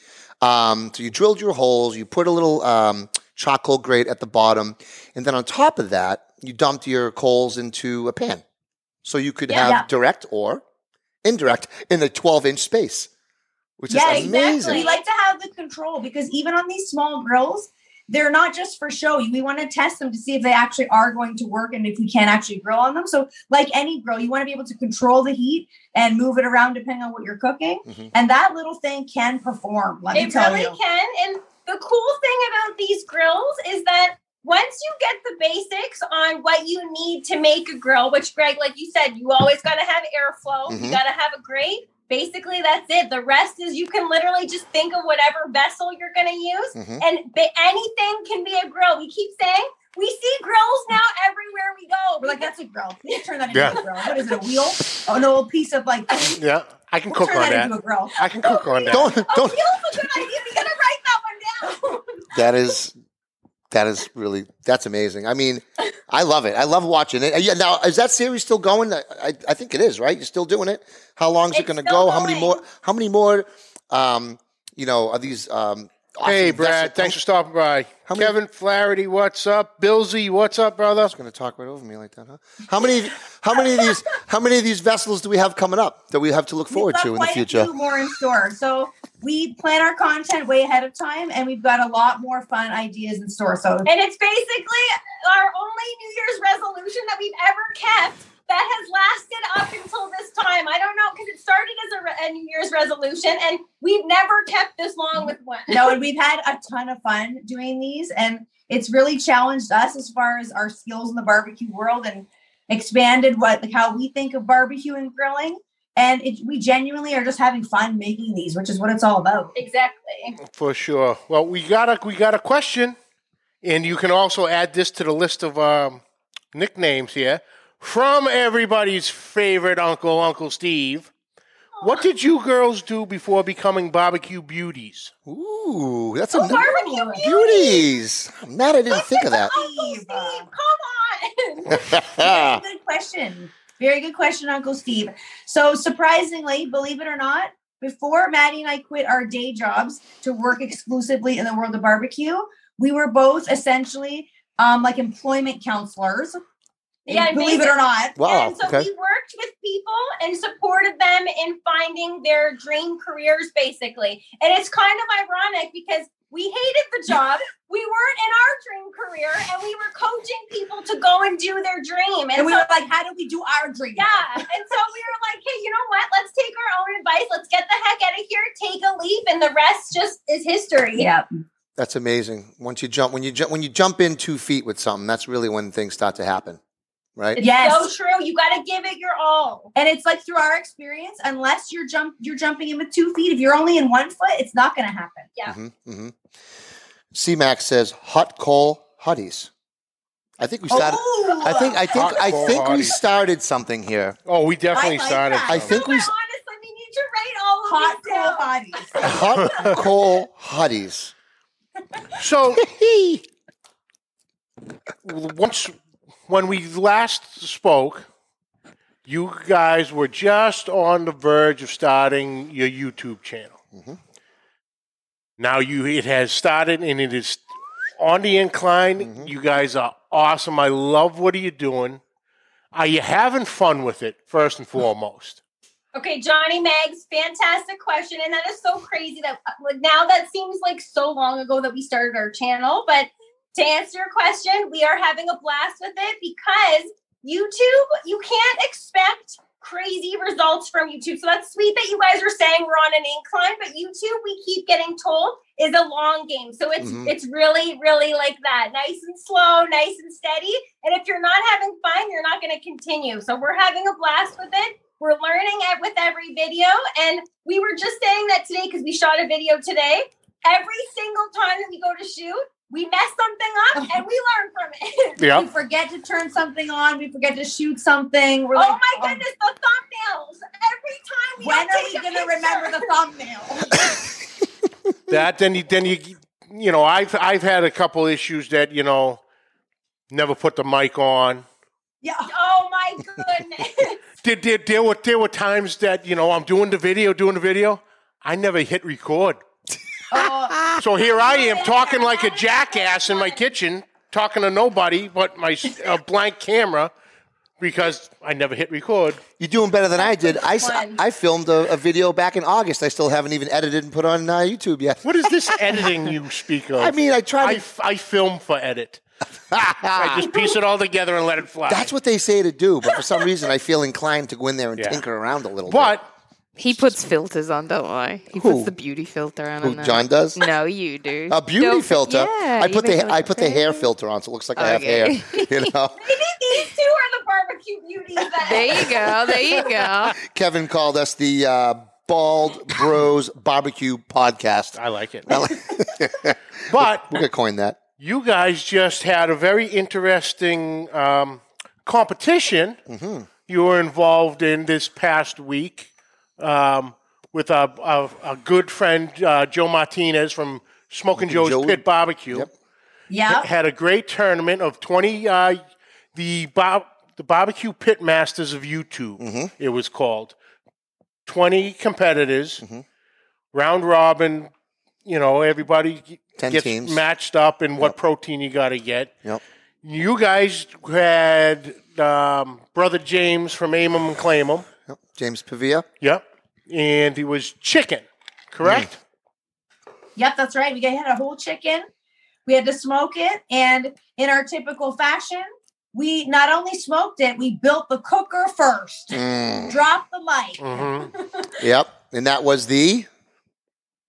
S4: Um, so you drilled your holes. You put a little um, charcoal grate at the bottom, and then on top of that, you dumped your coals into a pan, so you could
S6: Yeah.
S4: have
S7: Yeah.
S4: direct or indirect in a twelve inch space, which
S7: Yeah,
S4: is
S7: exactly.
S4: amazing.
S7: We like to have the control because even on these small grills, they're not just for show. We want to test them to see if they actually are going to work and if we can actually grill on them. So, like any grill, you want to be able to control the heat and move it around depending on what you're cooking.
S4: Mhm.
S7: And that little thing can perform. Let me
S6: It
S7: tell
S6: really
S7: you.
S6: can. And the cool thing about these grills is that once you get the basics on what you need to make a grill, which Greg, like you said, you always got to have airflow,
S4: Mhm.
S6: you got to have a grate. Basically, that's it. The rest is you can literally just think of whatever vessel you're going to use,
S4: Mhm.
S6: and ba- anything can be a grill. We keep saying we see grills now everywhere we go.
S7: We're like,
S6: that's
S7: that's a grill. Please turn that into
S3: Yeah.
S7: a grill. What is it? A wheel? Oh, an old piece of like. We'll
S3: Yeah, I can cook
S7: turn
S3: on
S7: that,
S3: that.
S7: into a grill.
S3: I can cook on that.
S4: Oh, don't
S6: a
S4: don't
S6: wheel's a good idea. We got to write that one down.
S4: That is That is really that's amazing. I mean, I love it. I love watching it. Uh, Yeah, now is that series still going? I, I, I think it is, right? You're still doing it. How long is it
S6: It's
S4: going to
S6: still
S4: go? How many
S6: going.
S4: more? How many more? Um, you know, are these? Um, awesome
S3: Hey, Brad,
S4: vessels-
S3: thanks for stopping by.
S4: How many-
S3: Kevin Flaherty, what's up? Billsy, what's up, brother?
S4: going to talk right over me like that, huh? How many? How many of these? How many of these vessels do we have coming up that we have to look forward
S7: we've got
S4: to in the
S7: quite A
S4: future?
S7: few more in store. So we plan our content way ahead of time, and we've got a lot more fun ideas in store. So
S6: And it's basically our only New Year's resolution that we've ever kept that has lasted up until this time. I don't know because it started as a, re- a New Year's resolution, and we've never kept this long with one.
S7: no, and we've had a ton of fun doing these, and it's really challenged us as far as our skills in the barbecue world and expanded what like how we think of barbecue and grilling. And it, we genuinely are just having fun making these, which is what it's all about.
S6: Exactly.
S3: For sure. Well, we got a we got a question, and you can also add this to the list of um, nicknames here from everybody's favorite uncle, Uncle Steve. What did you girls do before becoming barbecue beauties?
S4: Ooh, that's a
S6: Barbecue
S4: beauties. I'm mad I didn't think of that.
S6: Uncle Steve, come on.
S7: Very good question. Very good question, Uncle Steve. So, surprisingly, believe it or not, before Maddie and I quit our day jobs to work exclusively in the world of barbecue, we were both essentially um, like employment counselors.
S6: Yeah,
S7: believe it or not.
S4: Wow.
S6: and so
S4: Oh, okay.
S6: we worked with people and supported them in finding their dream careers, basically. And it's kind of ironic because we hated the job, we weren't in our dream career, and we were coaching people to go and do their dream. And,
S7: And we
S6: so,
S7: were like, how do we do our dream?
S6: yeah. And so we were like, hey, you know what? Let's take our own advice. Let's get the heck out of here, take a leap, and the rest just is history.
S7: Yeah.
S4: That's amazing. Once you jump, when you jump, when you jump in two feet with something, that's really when things start to happen, right?
S6: It's
S7: Yes.
S6: so true. You got to give it your all.
S7: And it's like through our experience, unless you're jump you're jumping in with two feet. If you're only in one foot, it's not gonna happen.
S6: Yeah.
S4: hmm hmm C-Max says hot coal hotties. I think we
S7: Oh,
S4: started. I think I think
S3: Hot
S4: I
S3: coal
S4: think we
S3: hotties.
S4: started something here.
S3: Oh, we definitely
S7: I like
S3: started.
S7: that.
S4: I
S3: some.
S4: think we
S6: You know what?
S4: s-
S6: honestly, we need to write all of
S7: hot
S6: these
S7: girl
S6: down.
S7: bodies.
S4: hot coal hotties.
S3: so. once when we last spoke, you guys were just on the verge of starting your YouTube channel.
S4: Mhm.
S3: Now you it has started and it is on the incline.
S4: Mhm.
S3: You guys are awesome. I love what are you doing. Are you having fun with it first and foremost?
S6: Okay, Johnny Mags, fantastic question. And that is so crazy that like, now that seems like so long ago that we started our channel. But to answer your question, we are having a blast with it because YouTube, you can't expect crazy results from YouTube. So that's sweet that you guys are saying we're on an incline, but YouTube, we keep getting told, is a long game. So it's
S4: Mhm.
S6: it's really, really like that. Nice and slow, nice and steady. And if you're not having fun, you're not gonna continue. So we're having a blast with it. We're learning it with every video. And we were just saying that today because we shot a video today. Every single time that we go to shoot, we mess something up and we learn from it.
S7: We forget to turn something on. We forget to shoot something. We're
S6: oh
S7: like, um,
S6: my goodness, the thumbnails. Every time we
S7: When
S6: don't
S7: are
S6: take
S7: we
S6: a
S7: going to
S6: picture.
S7: remember the thumbnail?
S3: that then you then you you know I've I've had a couple issues that you know never put the mic on.
S7: Yeah.
S6: Oh my goodness.
S3: there, there, there were there were times that you know I'm doing the video, doing the video. I never hit record.
S7: Oh,
S3: So here I am talking like a jackass in my kitchen, talking to nobody but my s- a blank camera because I never hit record.
S4: You're doing better than I did. I, s-
S6: Fun.
S4: I filmed a, a video back in August. I still haven't even edited and put on uh, YouTube yet.
S3: What is this editing you speak of?
S4: I mean, I tried.
S3: I,
S4: to-
S3: f- I film for edit. I just piece it all together and let it fly.
S4: that's what they say to do, but for some reason, I feel inclined to go in there and
S3: Yeah.
S4: tinker around a little
S3: But
S5: He puts filters on, don't worry. He
S4: Who?
S5: puts the beauty filter on.
S4: bit.
S5: and
S4: Who
S5: then-
S4: John does
S5: No, you do.
S4: a beauty
S5: Don't-
S4: filter.
S5: Yeah,
S4: I
S5: you
S4: put
S5: make it
S4: the
S5: look
S4: I put the hair
S5: pretty.
S4: filter on, so it looks like I have hair.
S5: Okay.
S4: You know,
S6: Maybe these two are the barbecue beauties that
S5: There you go. There you go.
S4: Kevin called us the uh, Bald Bros Barbecue Podcast.
S3: I like it.
S4: I like-
S3: But
S4: We're gonna coin that.
S3: you guys just had a very interesting um, competition
S4: Mm-hmm.
S3: you were involved in this past week um, with a, a, a good friend, uh, Joe Martinez from Smoking Joe's
S4: Joe.
S3: Pit Barbecue.
S4: Yep.
S7: Yep.
S3: had a great tournament of 20 uh, the Bob, the barbecue pit masters of YouTube
S4: Mhm.
S3: it was called 20 competitors
S4: Mhm.
S3: round robin you know everybody g-
S4: 10
S3: gets
S4: teams.
S3: matched up and what protein you got to get
S4: Yep.
S3: you guys had um, brother James from Aim 'em and Claim 'em
S4: Yep. James Pavia.
S3: yep and it was chicken correct
S7: Yep, that's right. We got- had a whole chicken. We had to smoke it. And in our typical fashion, we not only smoked it, we built the cooker first.
S4: Mm.
S7: Drop the mic.
S3: hmm
S4: Yep. And that was the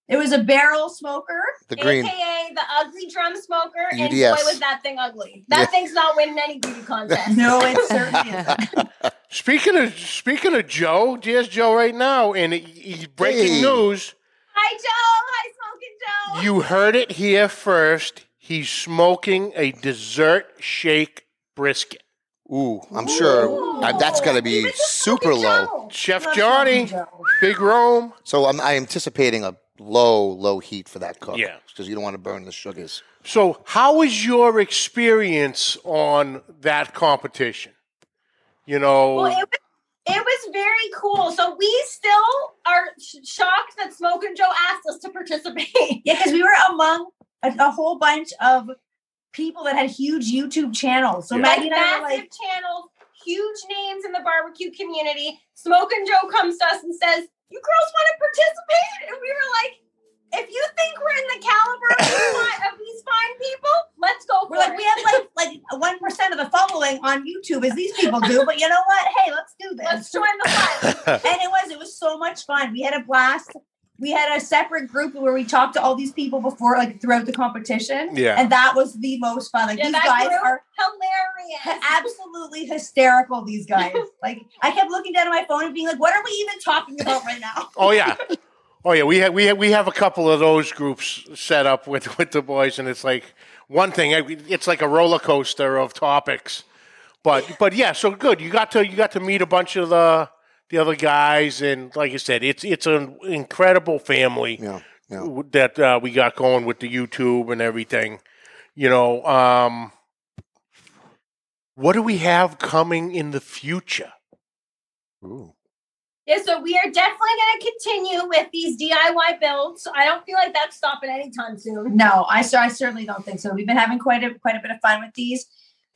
S7: It was a barrel smoker.
S4: the green.
S6: AKA the ugly drum smoker. And boy,
S4: UDS.
S6: was that thing ugly. That
S4: Yeah.
S6: thing's not winning any beauty contest.
S7: No, it certainly is.
S3: Speaking of speaking of Joe, there's Joe right now, and he- he's breaking
S4: Hey.
S3: news.
S6: Hi, Joe. Hi, Smoking Joe.
S3: You heard it here first. He's smoking a dessert shake brisket.
S4: Ooh, I'm sure uh, that's going to be super low.
S3: Chef
S7: Love
S3: Johnny,
S7: Smoking Joe.
S3: big room.
S4: So I'm, I'm anticipating a low, low heat for that cook.
S3: Yeah.
S4: Because you don't want to burn the sugars.
S3: So, how was your experience on that competition? You know,
S6: Well, it was, it was very cool. So we still are sh- shocked that Smoke and Joe asked us to participate.
S7: Yeah, because we were among a, a whole bunch of people that had huge YouTube channels. So
S3: Yeah.
S6: like
S7: Maggie and I
S6: massive
S7: were like,
S6: channels, huge names in the barbecue community. Smoke and Joe comes to us and says, "You girls want to participate?" And we were like, "If you think we're in the caliber of these fine, of these fine people, let's go for
S7: we're like,
S6: it."
S7: we have like like one percent of the following on YouTube as these people do, but you know what? Hey, let's do this.
S6: let's join the fun.
S7: and it was it was so much fun. We had a blast. We had a separate group where we talked to all these people before, like throughout the competition.
S3: Yeah.
S7: and that was the most fun. Like
S6: Yeah,
S7: these
S6: that
S7: guys
S6: group-
S7: are
S6: Hilarious.
S7: absolutely hysterical. These guys. like I kept looking down at my phone and being like, "What are we even talking about right now?"
S3: oh yeah, oh yeah. We have we have we have a couple of those groups set up with with the boys, and it's like one thing. I- It's like a roller coaster of topics. But but yeah, so good. You got to you got to meet a bunch of the the other guys, and like I said, it's it's an incredible family
S4: Yeah. Yeah.
S3: w- that uh, we got going with the YouTube and everything. You know, um, what do we have coming in the future?
S4: Ooh.
S6: Yeah, so we are definitely going to continue with these DIY builds. I don't feel like that's stopping anytime soon.
S7: No, I so I certainly don't think so. We've been having quite a quite a bit of fun with these,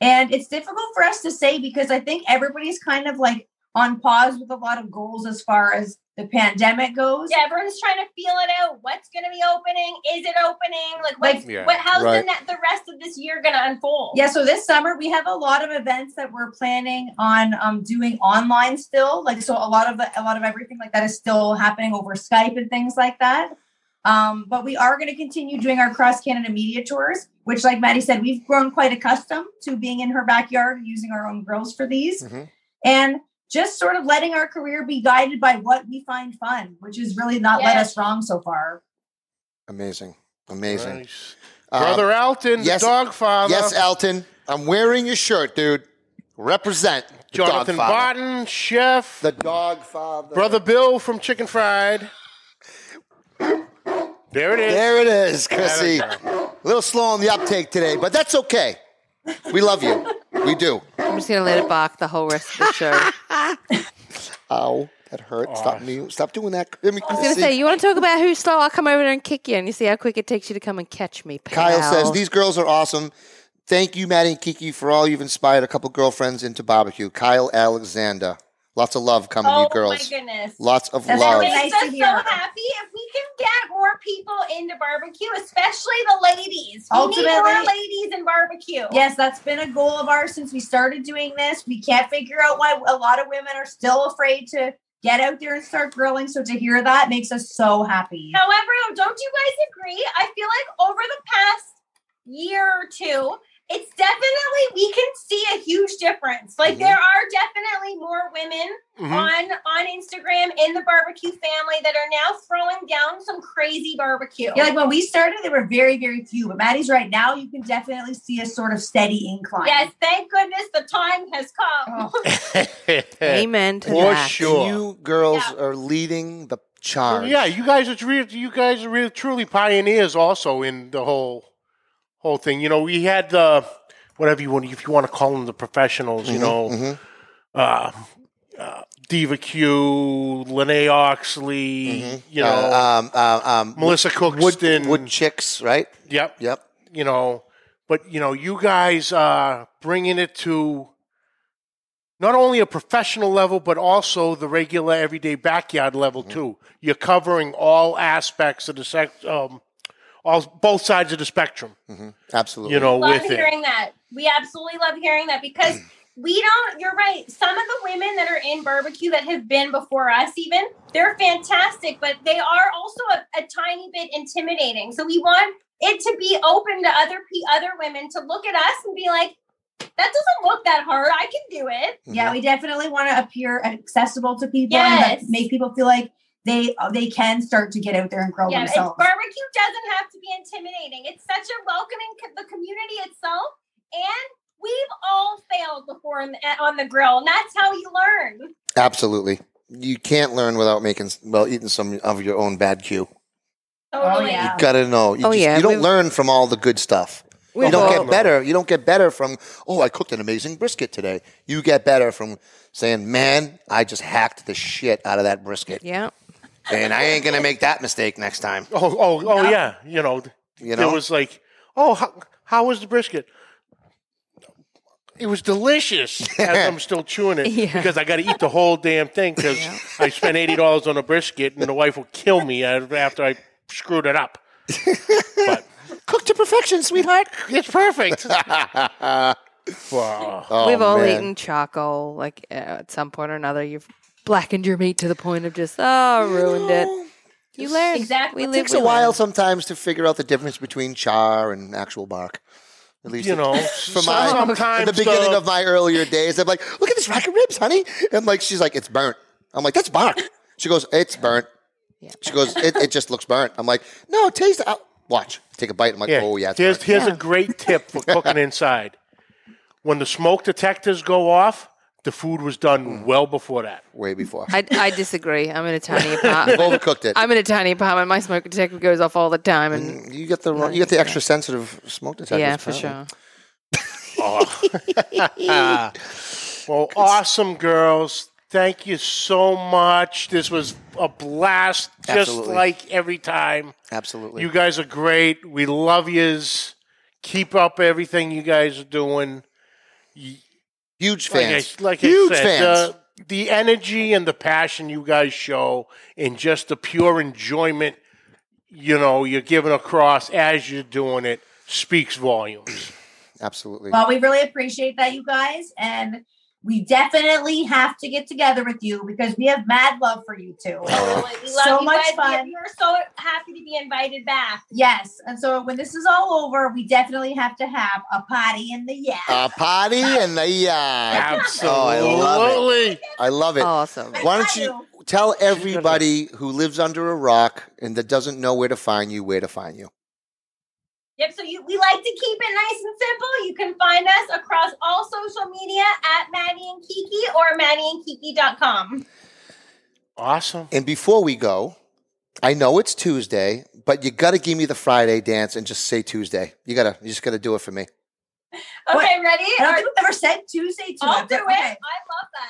S7: and it's difficult for us to say because I think everybody's kind of like on pause with a lot of goals as far as the pandemic goes.
S6: Yeah, everyone's trying to feel it out. What's going to be opening? Is it opening? Like,
S7: Like-
S6: what's,
S3: Yeah,
S6: what? How's
S4: right.
S6: the, ne- the rest of this year going to unfold?
S7: Yeah, so this summer we have a lot of events that we're planning on um, doing online still. Like so, a lot of the, a lot of everything like that is still happening over Skype and things like that. Um, but we are going to continue doing our cross Canada media tours, which, like Maddie said, we've grown quite accustomed to being in her backyard using our own grills for these,
S4: Mhm.
S7: and just sort of letting our career be guided by what we find fun, which has really not led
S6: Yes.
S7: us wrong so far.
S4: Amazing. Amazing.
S3: Nice.
S4: Um,
S3: Brother Alton,
S4: yes-
S3: the dog father.
S4: yes, Elton. I'm wearing your shirt, dude. Represent the
S3: Jonathan
S4: dog father.
S3: Barton, chef.
S4: The dog father.
S3: Brother Bill from Chicken Fried. There it is.
S4: There it is, Chrissy.
S3: There
S4: A little slow on the uptake today, but that's okay. We love you. We do.
S5: I'm just gonna let it bark the whole rest of the show. I
S4: Ow, that hurt.
S3: Oh.
S4: Stop me. Stop doing that. I mean,
S5: was gonna
S4: Chrissy.
S5: say, you want to talk about who's slow? I'll come over there and kick you, and you see how quick it takes you to come and catch me.
S4: Kyle
S5: pal.
S4: says these girls are awesome. Thank you, Maddie and Kiki, for all you've inspired a couple girlfriends into barbecue. Kyle Alexander, lots of love coming to
S6: Oh
S4: you girls.
S6: my goodness.
S4: Lots of
S7: That's
S4: love.
S7: really
S6: Makes
S7: Nice to
S6: us so
S7: hear.
S6: happy if we can get more people into barbecue, especially the ladies. We need more
S7: Ultimately-
S6: ladies in barbecue.
S7: Yes, that's been a goal of ours since we started doing this. We can't figure out why a lot of women are still afraid to get out there and start grilling. So to hear that makes us so happy.
S6: However, don't you guys agree? I feel like over the past year or two, it's definitely we can see a huge difference. Like
S4: Mhm.
S6: there are definitely more women
S3: Mhm.
S6: on on Instagram in the barbecue family that are now throwing down some crazy barbecue.
S7: Yeah, like when we started, there were very, very few. But Maddie's right now, you can definitely see a sort of steady incline.
S6: yes, thank goodness the time has come.
S7: Oh,
S3: Mm-hmm.
S5: Amen to
S3: For
S5: that.
S3: sure.
S4: You girls
S6: Yeah.
S4: are leading the
S3: Well,
S4: charge.
S3: yeah, you guys are real, you guys are real, truly pioneers also in the whole whole thing. You know, we had uh, whatever you want, if you want to call them the professionals.
S4: Mm-hmm,
S3: You know, uh, uh, Diva Q, Lene Oxley. You know,
S4: Uh, um, uh, um,
S3: Melissa
S4: wood,
S3: Cookston.
S4: wood chicks, right?
S3: yep,
S4: Yep.
S3: you know, but you know, you guys are bringing it to not only a professional level, but also the regular everyday backyard level too. You're covering all aspects of the sex, um, all both sides of the spectrum.
S4: Mm-hmm. Absolutely.
S3: You know,
S6: love
S3: with it.
S6: hearing that. We absolutely love hearing that because we don't. You're right. Some of the women that are in barbecue that have been before us, even they're fantastic, but they are also a, a tiny bit intimidating. So we want it to be open to other pe- other women to look at us and be like, "That doesn't look that hard. I can do it."
S7: Yeah, we definitely want to appear accessible to people
S6: Yes.
S7: and let- make people feel like they they can start to get out there and grow
S6: Yeah, it's,
S7: themselves.
S6: barbecue doesn't have to be intimidating. It's such a welcoming co- the community itself, and we've all failed before in the, eh, on the grill, and that's how you learn.
S4: Absolutely. You can't learn without making well eating some of your own bad cue.
S7: Oh, yeah.
S4: Got to know. You,
S5: Oh, yeah,
S4: you don't
S5: we've-
S4: learn from all the good stuff.
S5: We've
S4: you don't
S5: all-
S4: get better. You don't get better from oh, I cooked an amazing brisket today. You get better from saying, "Man, I just hacked the shit out of that brisket,
S5: Yeah.
S4: and I ain't gonna make that mistake next time."
S3: Oh, oh, oh, yeah. You know,
S4: You
S3: it
S4: know?
S3: was like, oh, how, how was the brisket? It was delicious. as I'm still chewing it
S5: Yeah.
S3: because I got to eat the whole damn thing because I spent eighty dollars on a brisket, and the wife will kill me after I screwed it up. But
S4: Cooked to perfection, sweetheart.
S3: it's perfect.
S4: Oh,
S5: We've all
S4: man.
S5: eaten charcoal, like uh, at some point or another. You've blackened your meat to the point of just, oh, ruined it. You learn.
S6: Exactly.
S5: We
S4: It
S5: live,
S4: takes
S5: we
S4: a while
S5: learn.
S4: sometimes to figure out the difference between char and actual bark. At least
S3: you
S4: it-
S3: know,
S4: from my,
S3: sometimes
S4: at the beginning
S3: the-
S4: of my earlier days, I'm like, look at this rack of ribs, honey. And like, she's like, it's burnt. I'm like, that's bark. She goes, it's burnt. She goes, it, it just looks burnt. I'm like, no, taste it. I'll- Watch. Take a bite. I'm like,
S3: Yeah.
S4: oh, yeah, it's
S3: here's
S4: burnt.
S3: here's a great tip for cooking inside. When the smoke detectors go off, the food was
S4: Mm.
S3: done well before that.
S4: Way before.
S5: I, I disagree. I'm in a tiny apartment.
S4: Overcooked it.
S5: I'm in a tiny apartment. My smoke detector goes off all the time, and
S4: you get the wrong, you get the extra sensitive smoke detector.
S5: yeah, for sure.
S3: Well, awesome girls. Thank you so much. This was a blast, just
S4: Absolutely.
S3: like every time.
S4: Absolutely.
S3: You guys are great. We love yous. Keep up everything you guys are doing.
S4: Huge
S3: Like I-
S4: fans.
S3: Like I,
S4: Huge
S3: said, uh,
S4: fans.
S3: The, the energy and the passion you guys show, and just the pure enjoyment you know you're giving across as you're doing it speaks volumes.
S4: Absolutely.
S7: Well, we really appreciate that, you guys, and we definitely have to get together with you because we have mad love for you two.
S4: Oh.
S6: Absolutely. We love
S7: So
S6: you
S7: much
S6: guys. We-
S7: fun.
S6: We are so happy to be invited back.
S7: Yes, and so when this is all over, we definitely have to have a party in the yeah.
S4: A party and the yeah. Oh, I love it.
S3: Absolutely.
S4: I love it.
S5: Awesome.
S4: Why don't you tell everybody who lives under a rock and that doesn't know where to find you, where to find you?
S6: Yep. So you, we like to keep it nice and simple. You can find us across all social media at Maddie and Kiki or maddieandkiki.com.
S3: Awesome.
S4: And before we go, I know it's Tuesday, but you got to give me the Friday dance and just say Tuesday. You gotta, you just gotta do it for me.
S6: Okay,
S7: What?
S6: ready?
S7: I don't
S6: Our-
S7: think we've ever said Tuesday. To
S6: I'll
S7: it,
S6: do
S7: but
S6: it. I
S7: okay.
S6: love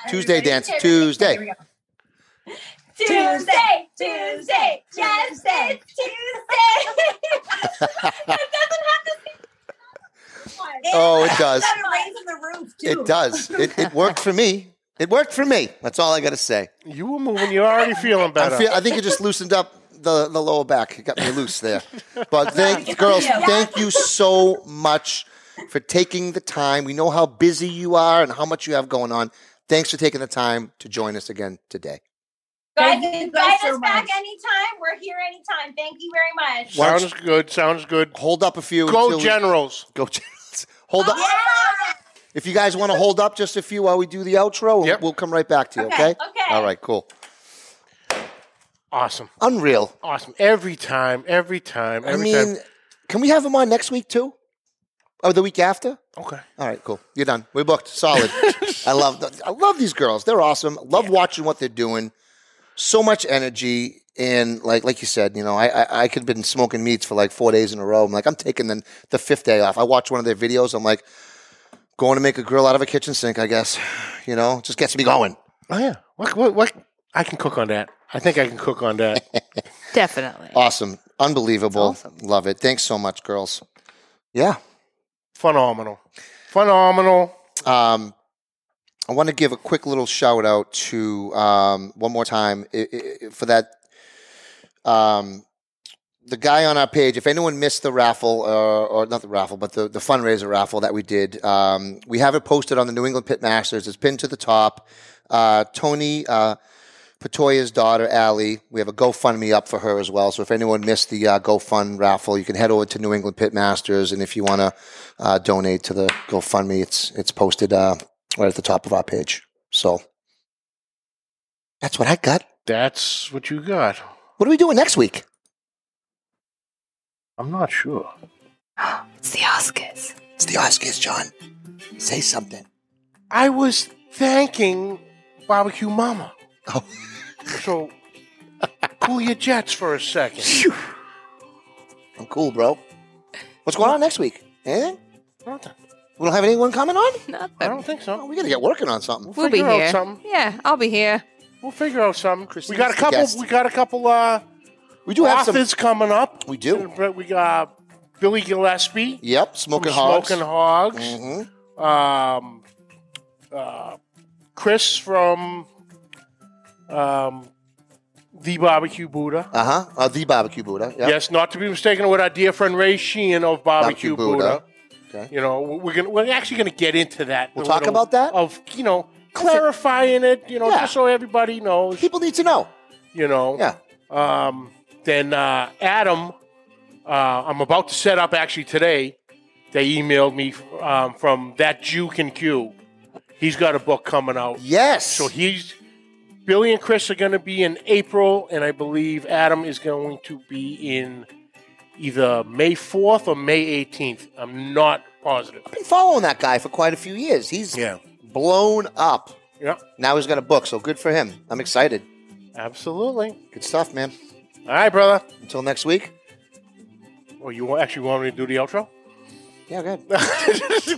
S6: that.
S4: Tuesday
S6: Everybody-
S4: dance,
S6: Okay,
S4: Tuesday.
S7: Here we go.
S6: Tuesday, Tuesday, yes, it's Tuesday. it doesn't have to be.
S4: Oh, it does.
S7: Got it raising the roof too.
S4: It does. It, it worked for me. It worked for me. That's all I gotta say.
S3: You were moving. You're already feeling
S4: I
S3: better.
S4: feel. I think it just loosened up the, the lower back. It got me loose there. But thank girls, thank you so much for taking the time. We know how busy you are and how much you have going on. Thanks for taking the time to join us again today.
S6: Guys,
S7: Thank
S6: invite
S7: you guys so
S6: us back
S7: much.
S6: anytime. We're here anytime. Thank you very much.
S4: Why don't
S3: sounds good. Sounds good.
S4: Hold up a few.
S3: Go
S4: until we-
S3: Generals.
S4: Go Generals. Hold up. If you guys want to hold up just a few while we do the outro, we'll-
S3: Yep.
S4: we'll come right back to you. Okay.
S6: Okay, okay.
S4: All right. Cool.
S3: Awesome.
S4: Unreal.
S3: Awesome. Every time. Every time. Every
S4: I mean,
S3: time.
S4: can we have him on next week too, or the week after?
S3: Okay.
S4: All right, cool. You're done. We're booked. Solid. I love. I love these girls. They're awesome. Love watching what they're doing. so much energy. And like like you said, you know, I I, I could have been smoking meats for like four days in a row. I'm like, I'm taking the the fifth day off. I watched one of their videos. I'm like, going to make a grill out of a kitchen sink. I guess, you know, just gets me going.
S3: Oh yeah. What what what I can cook on that. I think I can cook on that.
S5: Definitely.
S4: Awesome, unbelievable,
S5: That's awesome.
S4: love it. Thanks so much, girls. Yeah.
S3: Phenomenal. Phenomenal.
S4: Um, I want to give a quick little shout out to um, one more time i- i- i- for that. Um, the guy on our page, if anyone missed the raffle, uh, or not the raffle, but the, the fundraiser raffle that we did, um, we have it posted on the New England Pit Masters. It's pinned to the top. Uh, Tony uh, Patoya's daughter, Allie, we have a GoFundMe up for her as well. So if anyone missed the uh, GoFund raffle, you can head over to New England Pit Masters. And if you want to uh, donate to the GoFundMe. It's it's posted uh, right at the top of our page. So that's what I got.
S3: That's what you got.
S4: What are we doing next week?
S3: I'm not sure.
S5: it's the Oscars.
S4: It's the Oscars, John. Say something.
S3: I was thanking barbecue mama.
S4: Oh.
S3: So cool your jets for a second.
S4: I'm cool, bro. What's going on next week? Anything?
S3: Nothing.
S4: We don't have anyone coming on.
S3: I
S5: Nothing.
S3: don't think
S4: Oh,
S3: so.
S4: we gotta get working on something.
S5: We'll be
S3: figure out
S5: here.
S3: something.
S5: Yeah, I'll be here.
S3: We'll figure out something. we
S4: Christine's
S3: got a
S4: the
S3: couple.
S4: guest.
S3: We got a couple. Uh,
S4: We do have some.
S3: authors coming up.
S4: We do.
S3: We got Billy Gillespie.
S4: Yep,
S3: from
S4: smoking hogs.
S3: Smoking Hogs.
S4: Mhm.
S3: Um, uh, Chris from um, the Barbecue Buddha.
S4: Uh-huh. Uh The barbecue Buddha. Yep.
S3: Yes, not to be mistaken with our dear friend Ray Sheehan of Barbecue,
S4: Barbecue Buddha.
S3: Buddha.
S4: Okay.
S3: You know, we- we're gonna we're actually gonna get into that. in
S4: We'll
S3: a
S4: talk
S3: little
S4: about that?
S3: of you know clarifying it. You know,
S4: Yeah.
S3: just so everybody knows.
S4: People need to know.
S3: You know.
S4: Yeah.
S3: Um, then uh, Adam, uh, I'm about to set up actually today. They emailed me um, from that Jew can Q. He's got a book coming out.
S4: Yes.
S3: So he's Billy and Chris are going to be in April, and I believe Adam is going to be in either May 4th or May 18th. I'm not positive.
S4: I've been following that guy for quite a few years. He's
S3: Yeah.
S4: blown up.
S3: Yeah,
S4: Now he's got a book, so good for him. I'm excited.
S3: absolutely.
S4: Good stuff, man.
S3: All right, brother.
S4: Until next week.
S3: Oh, you wa- actually want me to do the outro?
S4: Yeah, good.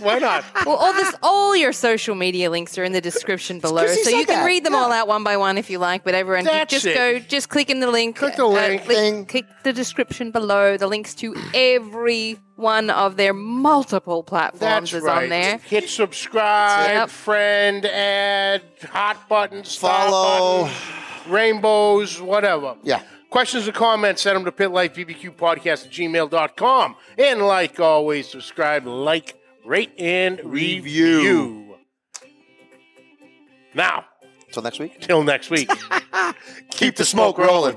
S3: Why not?
S5: Well, all this, all your social media links are in the description below,
S4: Chrissy
S5: so you
S4: said
S5: can
S4: that,
S5: read them all out one by one if you like. But everyone, you
S3: That's
S5: just
S3: it.
S5: go, just click in the link. uh,
S3: Click the link.
S4: Ding.
S5: click, click the description below. The links to every one of their multiple platforms
S3: That's
S5: is
S3: right.
S5: on there.
S3: Hit subscribe,
S5: Yep.
S3: friend, add, hot buttons, star
S4: Follow.
S3: button, rainbows, whatever.
S4: Yeah.
S3: Questions or comments, send them to pitlifebbqpodcast at gmail.com. And like always, subscribe, like, rate, and
S4: Review.
S3: review. Now,
S4: Until next week.
S3: till next week.
S4: Keep the smoke rolling.